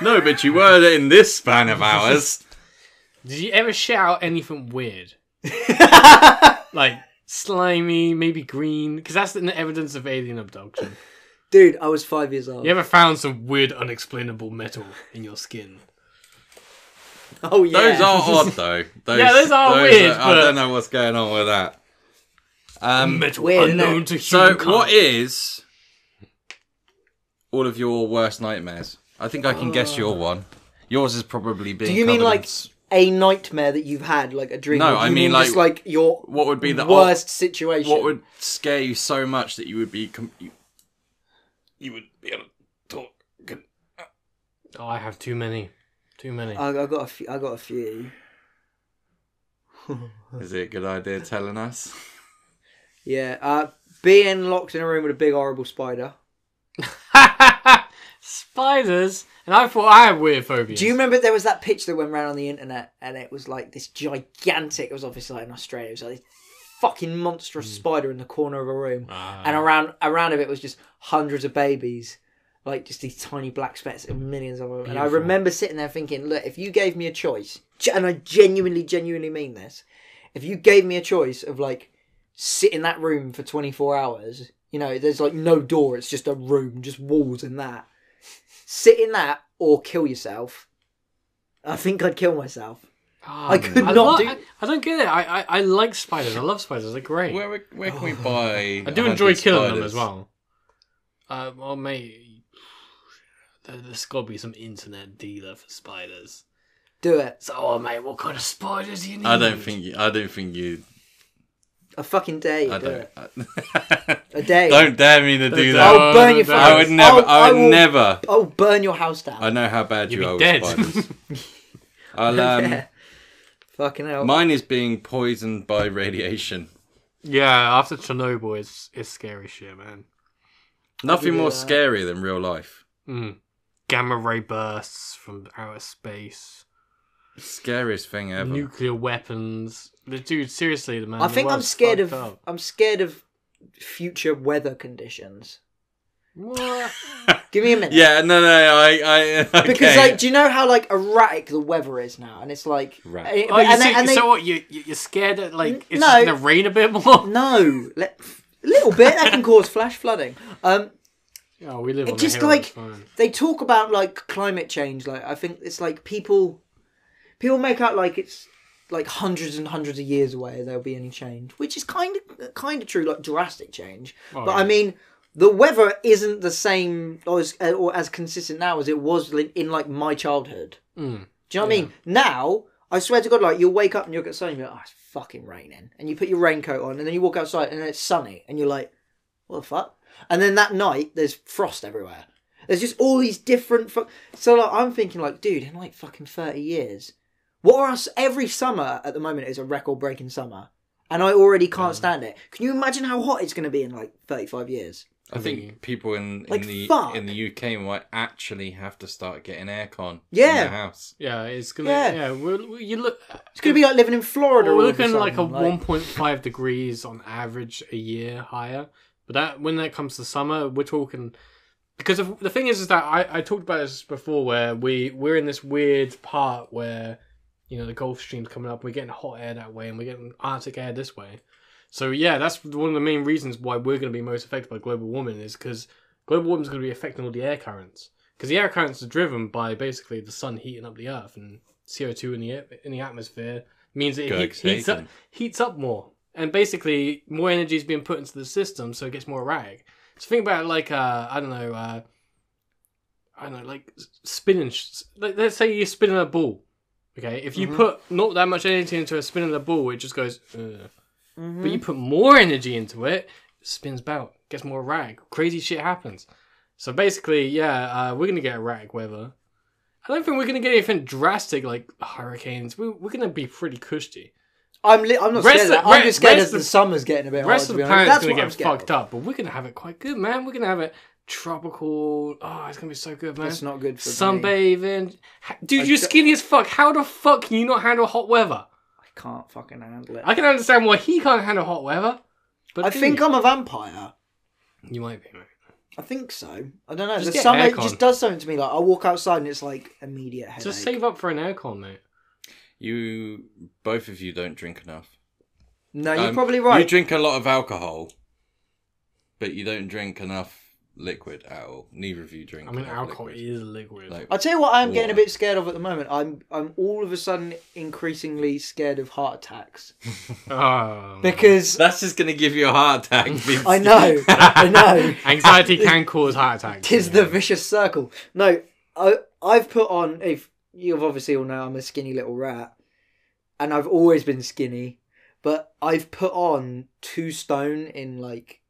No, but you were in this span of hours. Did you ever shout anything weird? like slimy, maybe green, because that's the evidence of alien abduction. Dude, I was five years old. You ever found some weird, unexplainable metal in your skin? Oh yeah. Those are odd though. Those, Yeah, those are weird, I but- don't know what's going on with that. Um, metal Weird, unknown to so humankind. what is all of your worst nightmares? I think I can guess your Uh. one. Yours is probably being. Do you mean covered in like s- a nightmare that you've had, like a dream? No, Or do I you mean, just like, like your what would be the worst situation. What would scare you so much that you would be com- you, you would be able to talk? Oh, I have too many, too many. I, I got a few. I got a few. Is it a good idea telling us? Yeah. Uh, being locked in a room with a big horrible spider. Spiders, and I thought I had weird phobias. Do you remember there was that picture that went around on the internet and it was like this gigantic, it was obviously like in Australia, it was like this fucking monstrous Hmm. spider in the corner of a room. Ah. and around around of it was just hundreds of babies, like just these tiny black specks and millions of them. And I Beautiful. remember sitting there thinking, look, if you gave me a choice, ge- and I genuinely, genuinely mean this, if you gave me a choice of like sit in that room for 24 hours, you know, there's like no door, it's just a room, just walls and that. Sit in that or kill yourself. I think I'd kill myself. Ah, I could I not lo- do- I, I don't get it. I, I I like spiders. I love spiders. They're great. Where we- where can we buy? Oh. I do enjoy 100 killing them spiders? as well. Uh, well, mate, there- there's got to be some internet dealer for spiders. Do it. So, oh, mate, what kind of spiders do you need? I don't think you, I don't think you. A fucking day. I do don't. it. I- A day. don't dare me to do I'll dare. that. burn your I would I'll- never. I I would will- never. Oh, burn your house down. I know how bad You'd you be are dead. with spiders. I'll, um, Yeah. Fucking hell. mine is being poisoned by radiation. Yeah, after Chernobyl, it's it's scary shit, man. Nothing do more that. scary than real life. Mm. Gamma ray bursts from outer space, Scariest thing ever. nuclear weapons. The dude, seriously, the man. I the think I'm world's scared of fucked up. I'm scared of future weather conditions. What? Give me a minute. yeah, no, no, I, I okay. Because like, do you know how like erratic the weather is now? And it's like, Right. and it- Oh, you and see, they- and they- so what? You you- you're scared that like it's No. just gonna rain a bit more? no, let, a little bit that can cause flash flooding. Um, Oh, we live on a just hill, like- it's fine. they talk about like climate change. Like I think it's like people, people make out like it's like hundreds and hundreds of years away there'll be any change, which is kind of kind of true, like drastic change. Oh, but yeah. I mean, the weather isn't the same or as, or as consistent now as it was in, in like my childhood. Mm. Do you know what I mean? Now, I swear to God, like you'll wake up and you'll get sunny and you're like, oh, it's fucking raining. And you put your raincoat on and then you walk outside and it's sunny and you're like, what the fuck? And then that night, there's frost everywhere. There's just all these different. Fu- so like, I'm thinking, like, dude, in like fucking 30 years, what are us? Every summer at the moment is a record breaking summer. And I already can't stand it. Can you imagine how hot it's going to be in like 35 years? I think people in, in Like, the fuck. in the UK might actually have to start getting aircon. in Yeah. their house. Yeah, it's gonna. Yeah, Yeah. we'll, we, you look. It's going to be like living in Florida. We're all of looking sudden, like a 1.5 degrees on average a year higher. But that when that comes to summer, we're talking because of, the thing is, is that I, I talked about this before, where we we're in this weird part where you know the Gulf Stream's coming up. We're getting hot air that way, and we're getting Arctic air this way. So yeah, that's one of the main reasons why we're going to be most affected by global warming is because global warming's going to be affecting all the air currents because the air currents are driven by basically the sun heating up the earth and CO two in the air, in the atmosphere means that it Go heat, heats up exciting. heats up more, and basically more energy is being put into the system, so it gets more erratic. So think about like uh, I don't know, uh, I don't know, like s- spinning. sh- Like, let's say you're spinning a ball. Okay, if you put not that much energy into a spin of the ball, it just goes. Ugh. Mm-hmm. But you put more energy into it, spins about, gets more rag, crazy shit happens. So basically, yeah, uh, we're gonna get erratic weather. I don't think we're gonna get anything drastic like hurricanes. We, we're gonna be pretty cushy. I'm li- I'm not Rest scared of that. of- I'm re- just scared rest as the of- summer's getting a bit The hard. rest To of be the honest. planet's That's gonna what I'm get scared fucked of. up, but we're gonna have it quite good, man. We're gonna have it tropical. Oh, it's gonna be so good, man. It's not good for me. Sunbathing, Ha- dude. I You're don't- skinny as fuck. How the fuck can you not handle hot weather? I can't fucking handle it. I can understand why he can't handle hot weather. But I dude, think I'm a vampire. you might be. Mate. I think so. I don't know. Just the get summer aircon. just does something to me. Like I walk outside and it's like immediate headache. Just save up for an aircon, mate. You both of you don't drink enough. no, you're Um, probably right. You drink a lot of alcohol, but you don't drink enough liquid at all. Neither of you drink. I mean, enough alcohol liquid. is liquid. Like- I tell you what, I'm getting a Water. bit scared of at the moment. I'm I'm all of a sudden increasingly scared of heart attacks Hmm. oh, because That's just gonna give you a heart attack. Vince. I know, I know. anxiety can cause heart attacks. Tis the vicious circle. No, I I've put on. If you've obviously all know, I'm a skinny little rat, and I've always been skinny. But I've put on two stone in like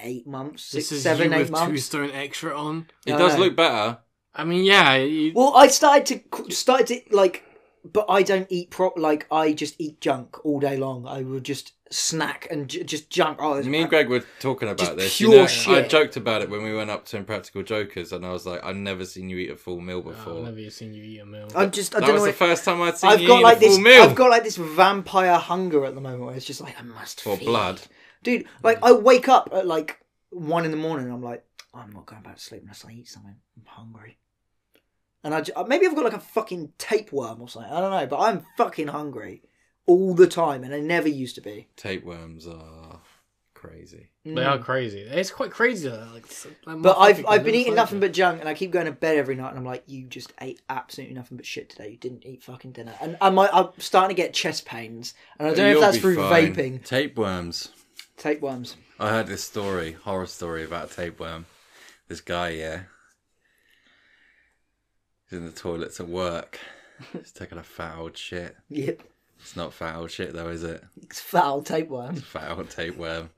eight months, six, This is seven, you eight with two months. stone extra on. It I does know. look better. I mean, yeah, you, Well, I started to started to like, but I don't eat prop. Like I just eat junk all day long. I would just snack and j- just junk. Oh, it's- Me and Greg were talking about Just this. pure you know, I shit. joked about it when we went up to Impractical Jokers, and I was like, "I've never seen you eat a full meal Ah, before." I've never seen you eat a meal. I'm just. I that don't was know. the What, first time I'd seen I've you got eat like a full this. meal. I've got like this vampire hunger at the moment where it's just like I must Or feed. blood. dude. Like I wake up at like one in the morning. and I'm like, I'm not going back to sleep unless I eat something. I'm hungry. And I j- maybe I've got like a fucking tapeworm or something. I don't know, but I'm fucking hungry all the time, and I never used to be. Mm. Tapeworms are crazy. They are crazy. It's quite crazy. though, Like, s- like But I've motherfucker, I've been they're eating fine, nothing dude. but junk, and I keep going to bed every night, and I'm like, you just ate absolutely nothing but shit today. You didn't eat fucking dinner, and I'm I'm starting to get chest pains, and I don't know Uh, You'll if that's be through fine. vaping. Tapeworms. Tapeworms. I heard this story, horror story about a tapeworm. This guy, yeah, he's in the toilets at work. He's taking a fat old shit. Yep, It's not fat old shit though, is it? it's foul tapeworm. Fat old tapeworm.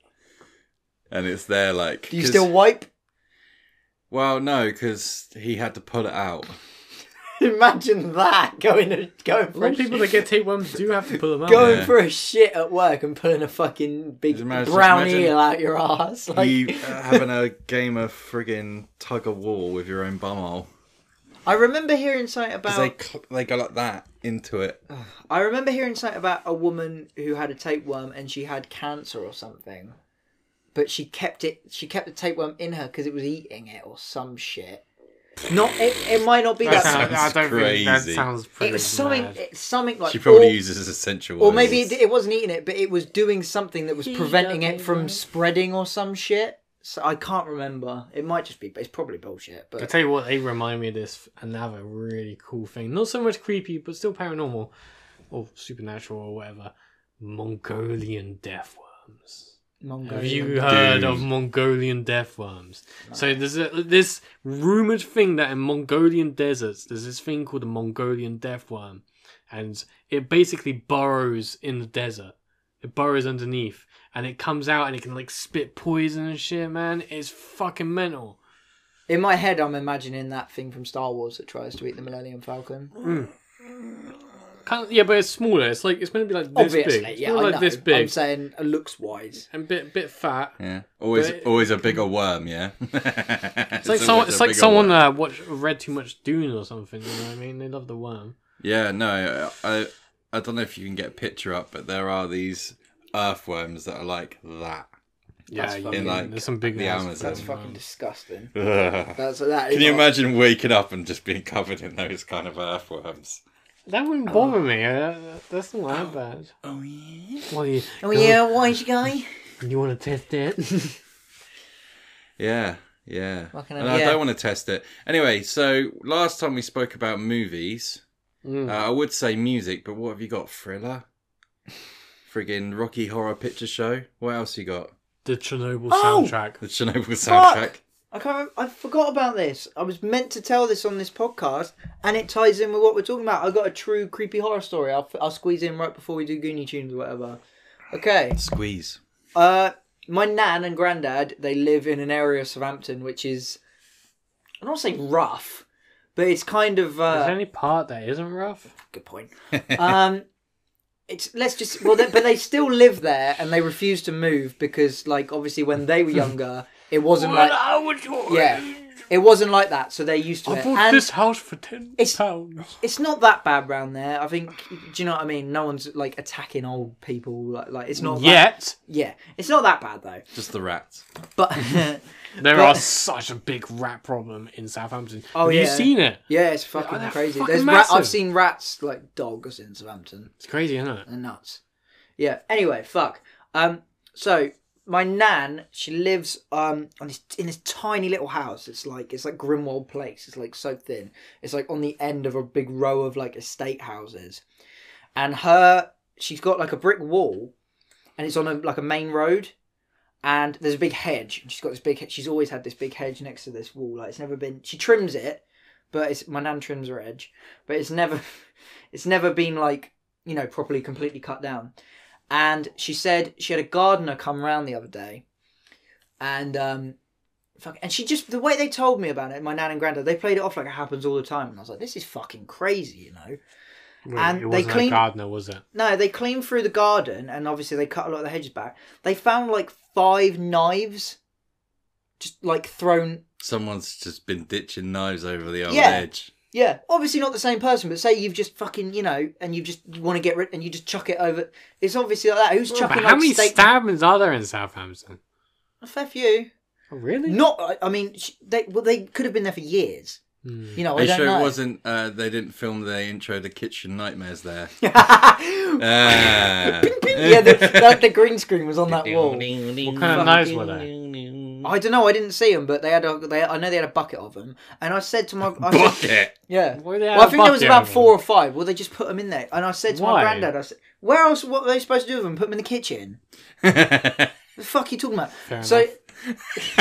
And it's there like. Do you 'cause- still wipe? Well, no, because he had to pull it out. Imagine that going to, going A for lot a of people people that get tapeworms do have to pull them out. going Yeah. for a shit at work and pulling a fucking big Imagine- brown imagine- eel out your ass. Like you uh, having a game of friggin' tug of war with your own bumhole. I remember hearing something about. Because they, cl- they go like that into it. I remember hearing something about a woman who had a tapeworm and she had cancer or something, but she kept it. She kept the tapeworm in her because it was eating it or some shit. Not. It, it might not be that. That sounds, I sounds don't think that crazy. sounds pretty it was something. mad. It's something like. She probably or, uses as essential or oils. maybe it, it wasn't eating it, but it was doing something that was He preventing it doesn't from know. spreading or some shit. So I can't remember. It might just be. It's probably bullshit. I But tell you what, they remind me of this another really cool thing. Not so much creepy, but still paranormal or supernatural or whatever. Mongolian death worms. Mongolian. Have you heard Dude. of Mongolian death worms? So there's a, this rumored thing that in Mongolian deserts there's this thing called a Mongolian death worm, and it basically burrows in the desert. It burrows underneath, and it comes out and it can like spit poison and shit. Man, it's fucking mental. In my head, I'm imagining that thing from Star Wars that tries to eat the Millennium Falcon. Kind of- Mm. yeah, but it's smaller. It's like it's meant to be like this Obviously, big. It's yeah, more I like know. this big I'm saying uh, looks wise. and bit bit fat. Yeah, always But- always a bigger worm. Yeah, It's like someone. It's like someone uh, watch read too much Dune or something. You know what I mean? They love the worm. Yeah, no, I I don't know if you can get a picture up, but there are these earthworms that are like that. Yeah, fucking- In, like, there's some big the ones. Amazon. That's fucking disgusting. Ugh. That's that. Can is- you imagine waking up and just being covered in those kind of earthworms? That wouldn't bother me. Uh, that's not that bad. Oh yeah. Well, you, Oh yeah, wise guy. you want to test it? Yeah, yeah. Fucking and hell, I yeah. don't want to test it. Anyway, so last time we spoke about movies, Mm. uh, I would say music, but what have you got? Thriller, friggin' Rocky Horror Picture Show. What else you got? the Chernobyl Oh! soundtrack. The Chernobyl Fuck! soundtrack. I can't. Remember, I forgot about this. I was meant to tell this on this podcast, and it ties in with what we're talking about. I got a true creepy horror story. I'll, I'll squeeze in right before we do Goonie Tunes or whatever. Okay. Squeeze. Uh, my nan and granddad they live in an area of Southampton which is I'm not saying rough, but it's kind of Is uh, there any part that isn't rough? good point. um, it's let's just well, they, but they still live there and they refuse to move because, like, obviously when they were younger, it wasn't like I would your yeah, it wasn't like that. So they're used to I it. bought And this house for ten It's- pounds. it's not that bad round there. I think. Do you know what I mean? No one's like attacking old people. Like, like it's not. That, Yet yeah, it's not that bad though. Just the rats. But there But- are such a big rat problem in Southampton. Oh, Have you yeah. seen it? yeah, it's fucking they're crazy. fucking There's rat, I've massive. seen rats like dogs in Southampton. It's crazy, isn't it? They're nuts. Yeah. Anyway, fuck. Um. So my nan, she lives um on this in this tiny little house. It's like it's like Grimwald Place. It's like so thin. It's like on the end of a big row of like estate houses, and her she's got like a brick wall, and it's on a like a main road. And there's a big hedge. She's got this big. She's always had this big hedge next to this wall. Like it's never been. She trims it, but it's my nan trims her hedge, but it's never, it's never been like you know, properly, completely cut down. And she said she had a gardener come round the other day, and um, fuck, and she just the way they told me about it, my nan and granddad, they played it off like it happens all the time, and I was like, this is fucking crazy, you know. Wait, And it they wasn't clean- a gardener, was it? No, they cleaned through the garden, and obviously they cut a lot of the hedges back. They found like five knives, just like thrown Someone's just been ditching knives over the old Yeah. edge. Yeah, obviously not the same person, but say you've just fucking, you know, and you just want to get rid, and you just chuck it over. It's obviously like that. Who's chucking But like how many steak? stabbings are there in Southampton? a fair few. Oh, really? Not, I- I mean, sh- they well, they could have been there for years. Hmm. You know, Oh, Are I you don't sure know. it wasn't? Uh, they didn't film the intro to Kitchen Nightmares there. yeah, Ah. the, that, the green screen was on that wall. What kind of knives were I don't know. I didn't see them, but they had. A, they, I know they had a bucket of them, and I said to my, I said- Bucket. yeah. Why they Well, had I a think there was bucket about of four or five. Well, they just put them in there, and I said to my Why? granddad, I said, "Where else? What were they supposed to do with them? Put them in the kitchen? The fuck you talking about?" so,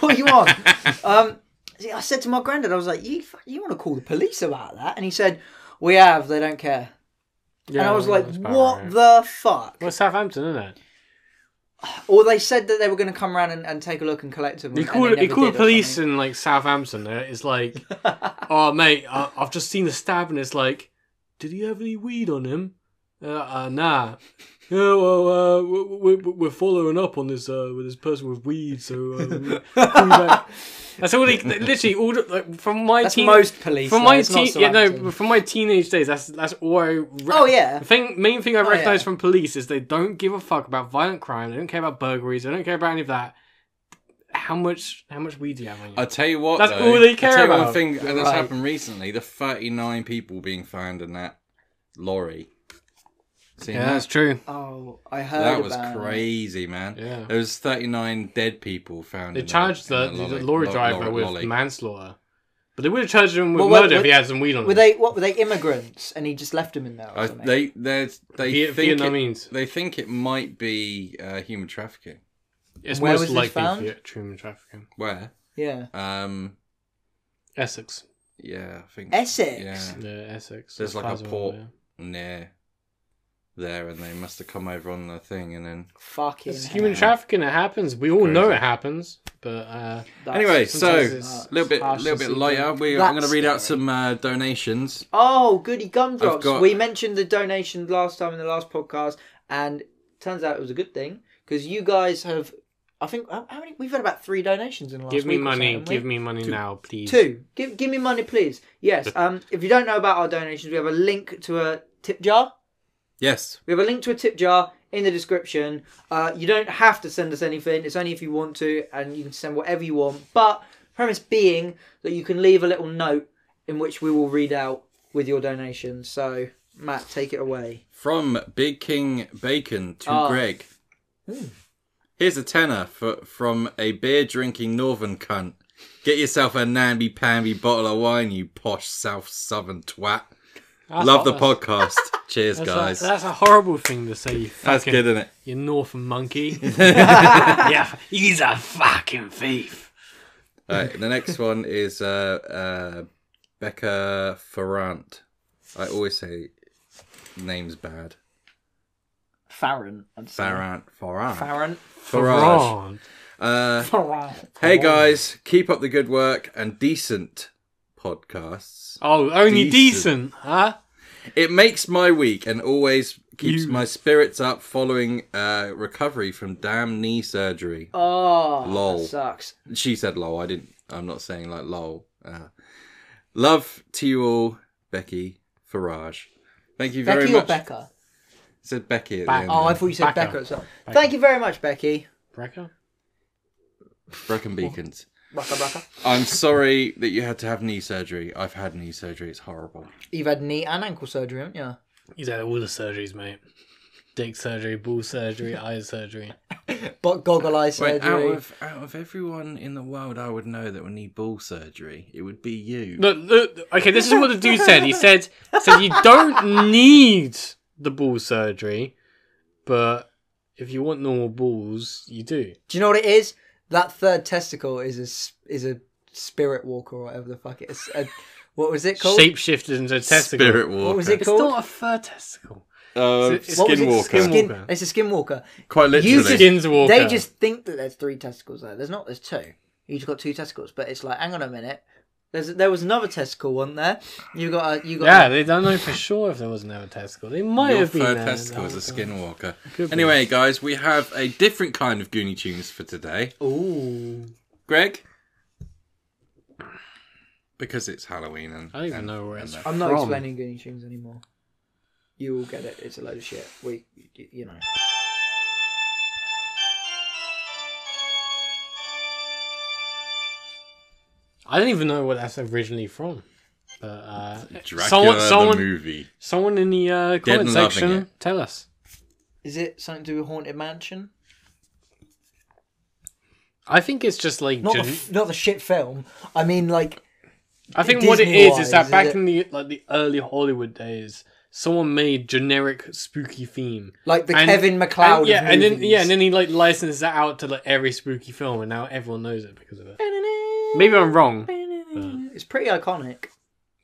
what are you on? Um, see, I said to my granddad, I was like, "You, fu- you want to call the police about that?" And he said, "We have. They don't care." Yeah, and I was like, that's about "What right. the fuck?" Well, Southampton, isn't it? Or they said that they were going to come around and, and take a look and collect them. You and call they it, you never call did it or police something. in like Southampton. uh, It's like, oh mate, I, I've just seen the stab, and it's like, did he have any weed on him? Uh, uh, nah. Yeah, well, uh, we're, we're following up on this uh, with this person with weed, so uh, we'll call you back. that's all. They, they- literally, all the, like, from my That's teen, most police. from though, my it's not teen, yeah, no, Southampton. from my teenage days. That's that's all. I re- Oh, yeah. The thing, main thing I Oh, recognize yeah. from police is they don't give a fuck about violent crime. They don't care about burglaries. They don't care about any of that. How much how much weed do you have on you? I tell you what, That's though, all they I care tell you One about. thing that's right. happened recently: the thirty-nine people being found in that lorry. Seen yeah, that? that's true. Oh, I heard That was about- crazy, man. Yeah. There was 39 dead people found. They in charged in the, the, the lorry lo- driver lorry- with lolly. manslaughter, but they would have charged him with Well, what- murder if what- he had some weed on Were him. they what were they immigrants? And he just left them in there. Or I, something? they they they Viet- think it, Vietnamese. they think it might be uh, human trafficking. it's Where most was this likely found? Viet- human trafficking. Where? Yeah, Um. Essex. Yeah, I think Essex? Yeah, Yeah, Essex. There's As like far a as I port. remember, near there, and they must have come over on the thing, and then yeah. fucking. It's human hell. trafficking. It happens. We all know Crazy. it happens. But uh, That's- anyway. So sometimes a it's little bit, harsh to little bit see lighter. things. We, I'm going That's to read out scary. some uh, donations. Oh, goody gumdrops. I've got- We mentioned the donation last time in the last podcast, and turns out it was a good thing because you guys have, I think, how how many? We've had about three donations in the last give me week or so, money. haven't we? give me money now, please. Two. Give, give me money, please. Yes. Um, if you don't know about our donations, we have a link to a tip jar. Yes, We have a link to a tip jar in the description. Uh, you don't have to send us anything. It's only if you want to, and you can send whatever you want. But premise being that you can leave a little note in which we will read out with your donation. So Matt, take it away. from Big King Bacon to Oh. Hmm. Greg. Here's a tenner for, from a beer drinking northern cunt. Get yourself a namby pamby bottle of wine, you posh south southern twat. That's Love a- the podcast. Cheers, That's, guys. A, that's a horrible thing to say. You That's fucking, good, isn't it? You northern monkey. yeah, he's a fucking thief. All right, the next one is uh, uh, Becca Ferrant. I always say names bad. Farron. I'd say. Farrant. Farrant. Farron. Farage. Wrong. Uh, hey guys, keep up the good work and decent podcasts. Oh, only Decent. decent, huh? It makes my week and always keeps You- my spirits up following uh, recovery from damn knee surgery. Oh, Lol. That sucks. She said lol. I didn't. I'm not saying like lol. Uh, love to you all, Becky Farage. Thank you very Becky much. or Becca? said Becky at Ba- the end. Oh, I there. thought you said Becca. Becca. as well. Thank you very much, Becky. Brecker? Broken beacons. Rucka, rucka. I'm sorry that you had to have knee surgery. I've had knee surgery. It's horrible. You've had knee and ankle surgery, haven't you? He's had all the surgeries, mate. Dick surgery, ball surgery, eye surgery. But goggle eye Wait, out surgery. of out of everyone in the world, I would know that would need ball surgery. It would be you. Look, look, okay, this is what the dude said. He said, said you don't need the ball surgery, but if you want normal balls, you do. Do you know what it is? That third testicle is a s- is a spirit walker or whatever the fuck it is. A, what was it called? Shapeshifted into a testicle. Spirit walker. What was it It's called? not a fur testicle. Uh, What was it? What was it? skinwalker. Skin, Skinwalker. it's a skinwalker. Quite literally. You just- Skinswalker. They just think that there's three testicles there. There's not. There's two. You just got two testicles, but it's like, hang on a minute. There's there was another testicle one there. You got a you got Yeah, they don't know for sure if there was another testicle. They might Your have been. third there. testicle uh, is a skinwalker. Could be. Anyway, guys, we have a different kind of Goonie Tunes for today. a, ooh. Greg? Because it's Halloween and I don't even and- know where it's and- I'm not From. explaining Goonie Tunes anymore. You all get it. It's a load of shit. We you- you know. I don't even know what that's originally from. But uh, Dracula someone, the someone, movie. someone in the uh, Dead comment and loving section, it. tell us. Is it something to do with haunted mansion? I think it's just like Not the gen- f- not the shit film. I mean like I think what it is is that Disney-wise, back is it- in the like the early Hollywood days, someone made generic spooky theme. like the And- Kevin McLeod. and, yeah, of and then movies. yeah, and then he like licensed that out to like every spooky film, and now everyone knows it because of it. Maybe I'm wrong. it's pretty iconic.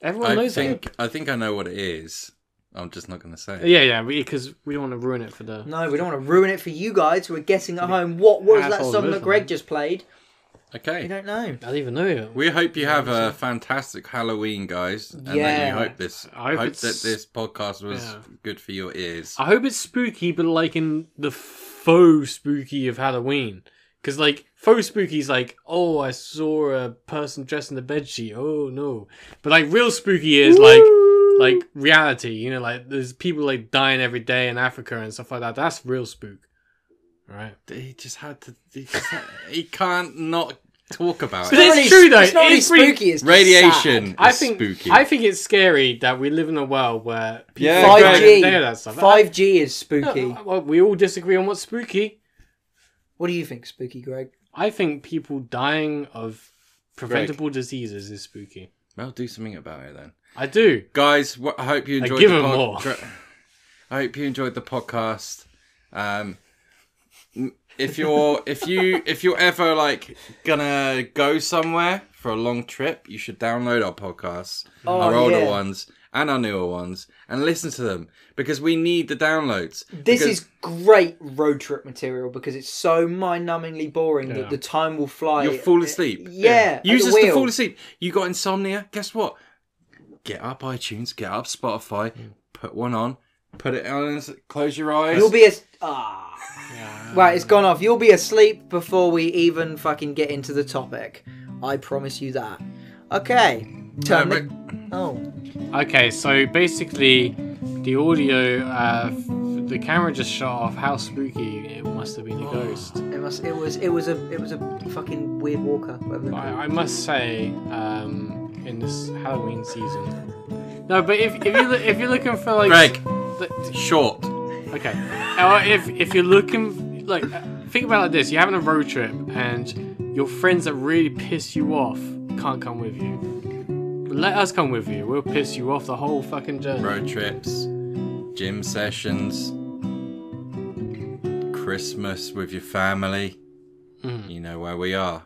Everyone I knows think, I think I know what it is. I'm just not going to say it. it. Yeah, yeah, because we don't want to ruin it for the. No, we don't want to ruin it for you guys who are guessing at home. What was that Assholes song that listening. Greg just played? We Okay. don't know. I don't even know. it. We hope you have a fantastic Halloween, guys. And that Yeah. you hope this I hope, hope that it's- this podcast was Yeah. good for your ears. I hope it's spooky, but like in the faux spooky of Halloween. Because like faux spooky's like, oh, I saw a person dressed in a bedsheet. Oh no! But like real spooky is like like reality. You know, like there's people like dying every day in Africa and stuff like that. That's real spook, right? He just had to. He, just had- he can't not talk about But it. it's Really- true, though. It's not really It's really- spooky. It's just Radiation. sad. Is I think spooky. I think it's scary that we live in a world where people Yeah, don't Greg. even 5G. know that stuff. 5G is spooky. Oh. Well, we all disagree on what's spooky. What do you think, spooky Greg? I think people dying of preventable diseases is spooky. well, do something about it then, I do. guys. wh- I hope you I enjoyed. give the him pod- more. dr- I hope you enjoyed the podcast. Um, m- if you're if you if you're ever like gonna go somewhere for a long trip, you should download our podcasts, Oh, our older yeah. ones and our newer ones, and listen to them because we need the downloads. This Because- is great road trip material because it's so mind-numbingly boring Yeah. that the time will fly. uh, You'll fall asleep. Yeah, Use at us the to wheel. fall asleep. You got insomnia? Guess what? Get up iTunes, get up Spotify, put one on, put it on, and s- close your eyes. You'll be as ah. Right, it's gone off. You'll be asleep before we even fucking get into the topic. I promise you that. Okay. Turn Uh, the- Oh. Okay, so basically, the audio, uh, f- the camera just shot off. How spooky! It must have been a ghost. It was it was it was a it was a fucking weird walker. whatever they're called. I, I must say, um, in this Halloween season. No, but if, if you loo- if you're looking for like Greg, the- short. Okay. Or if if you're looking like think about it like this, you're having a road trip and your friends that really piss you off can't come with you. Let us come with you. We'll piss you off the whole fucking journey. Road trips, gym sessions, Christmas with your family. You know where we are.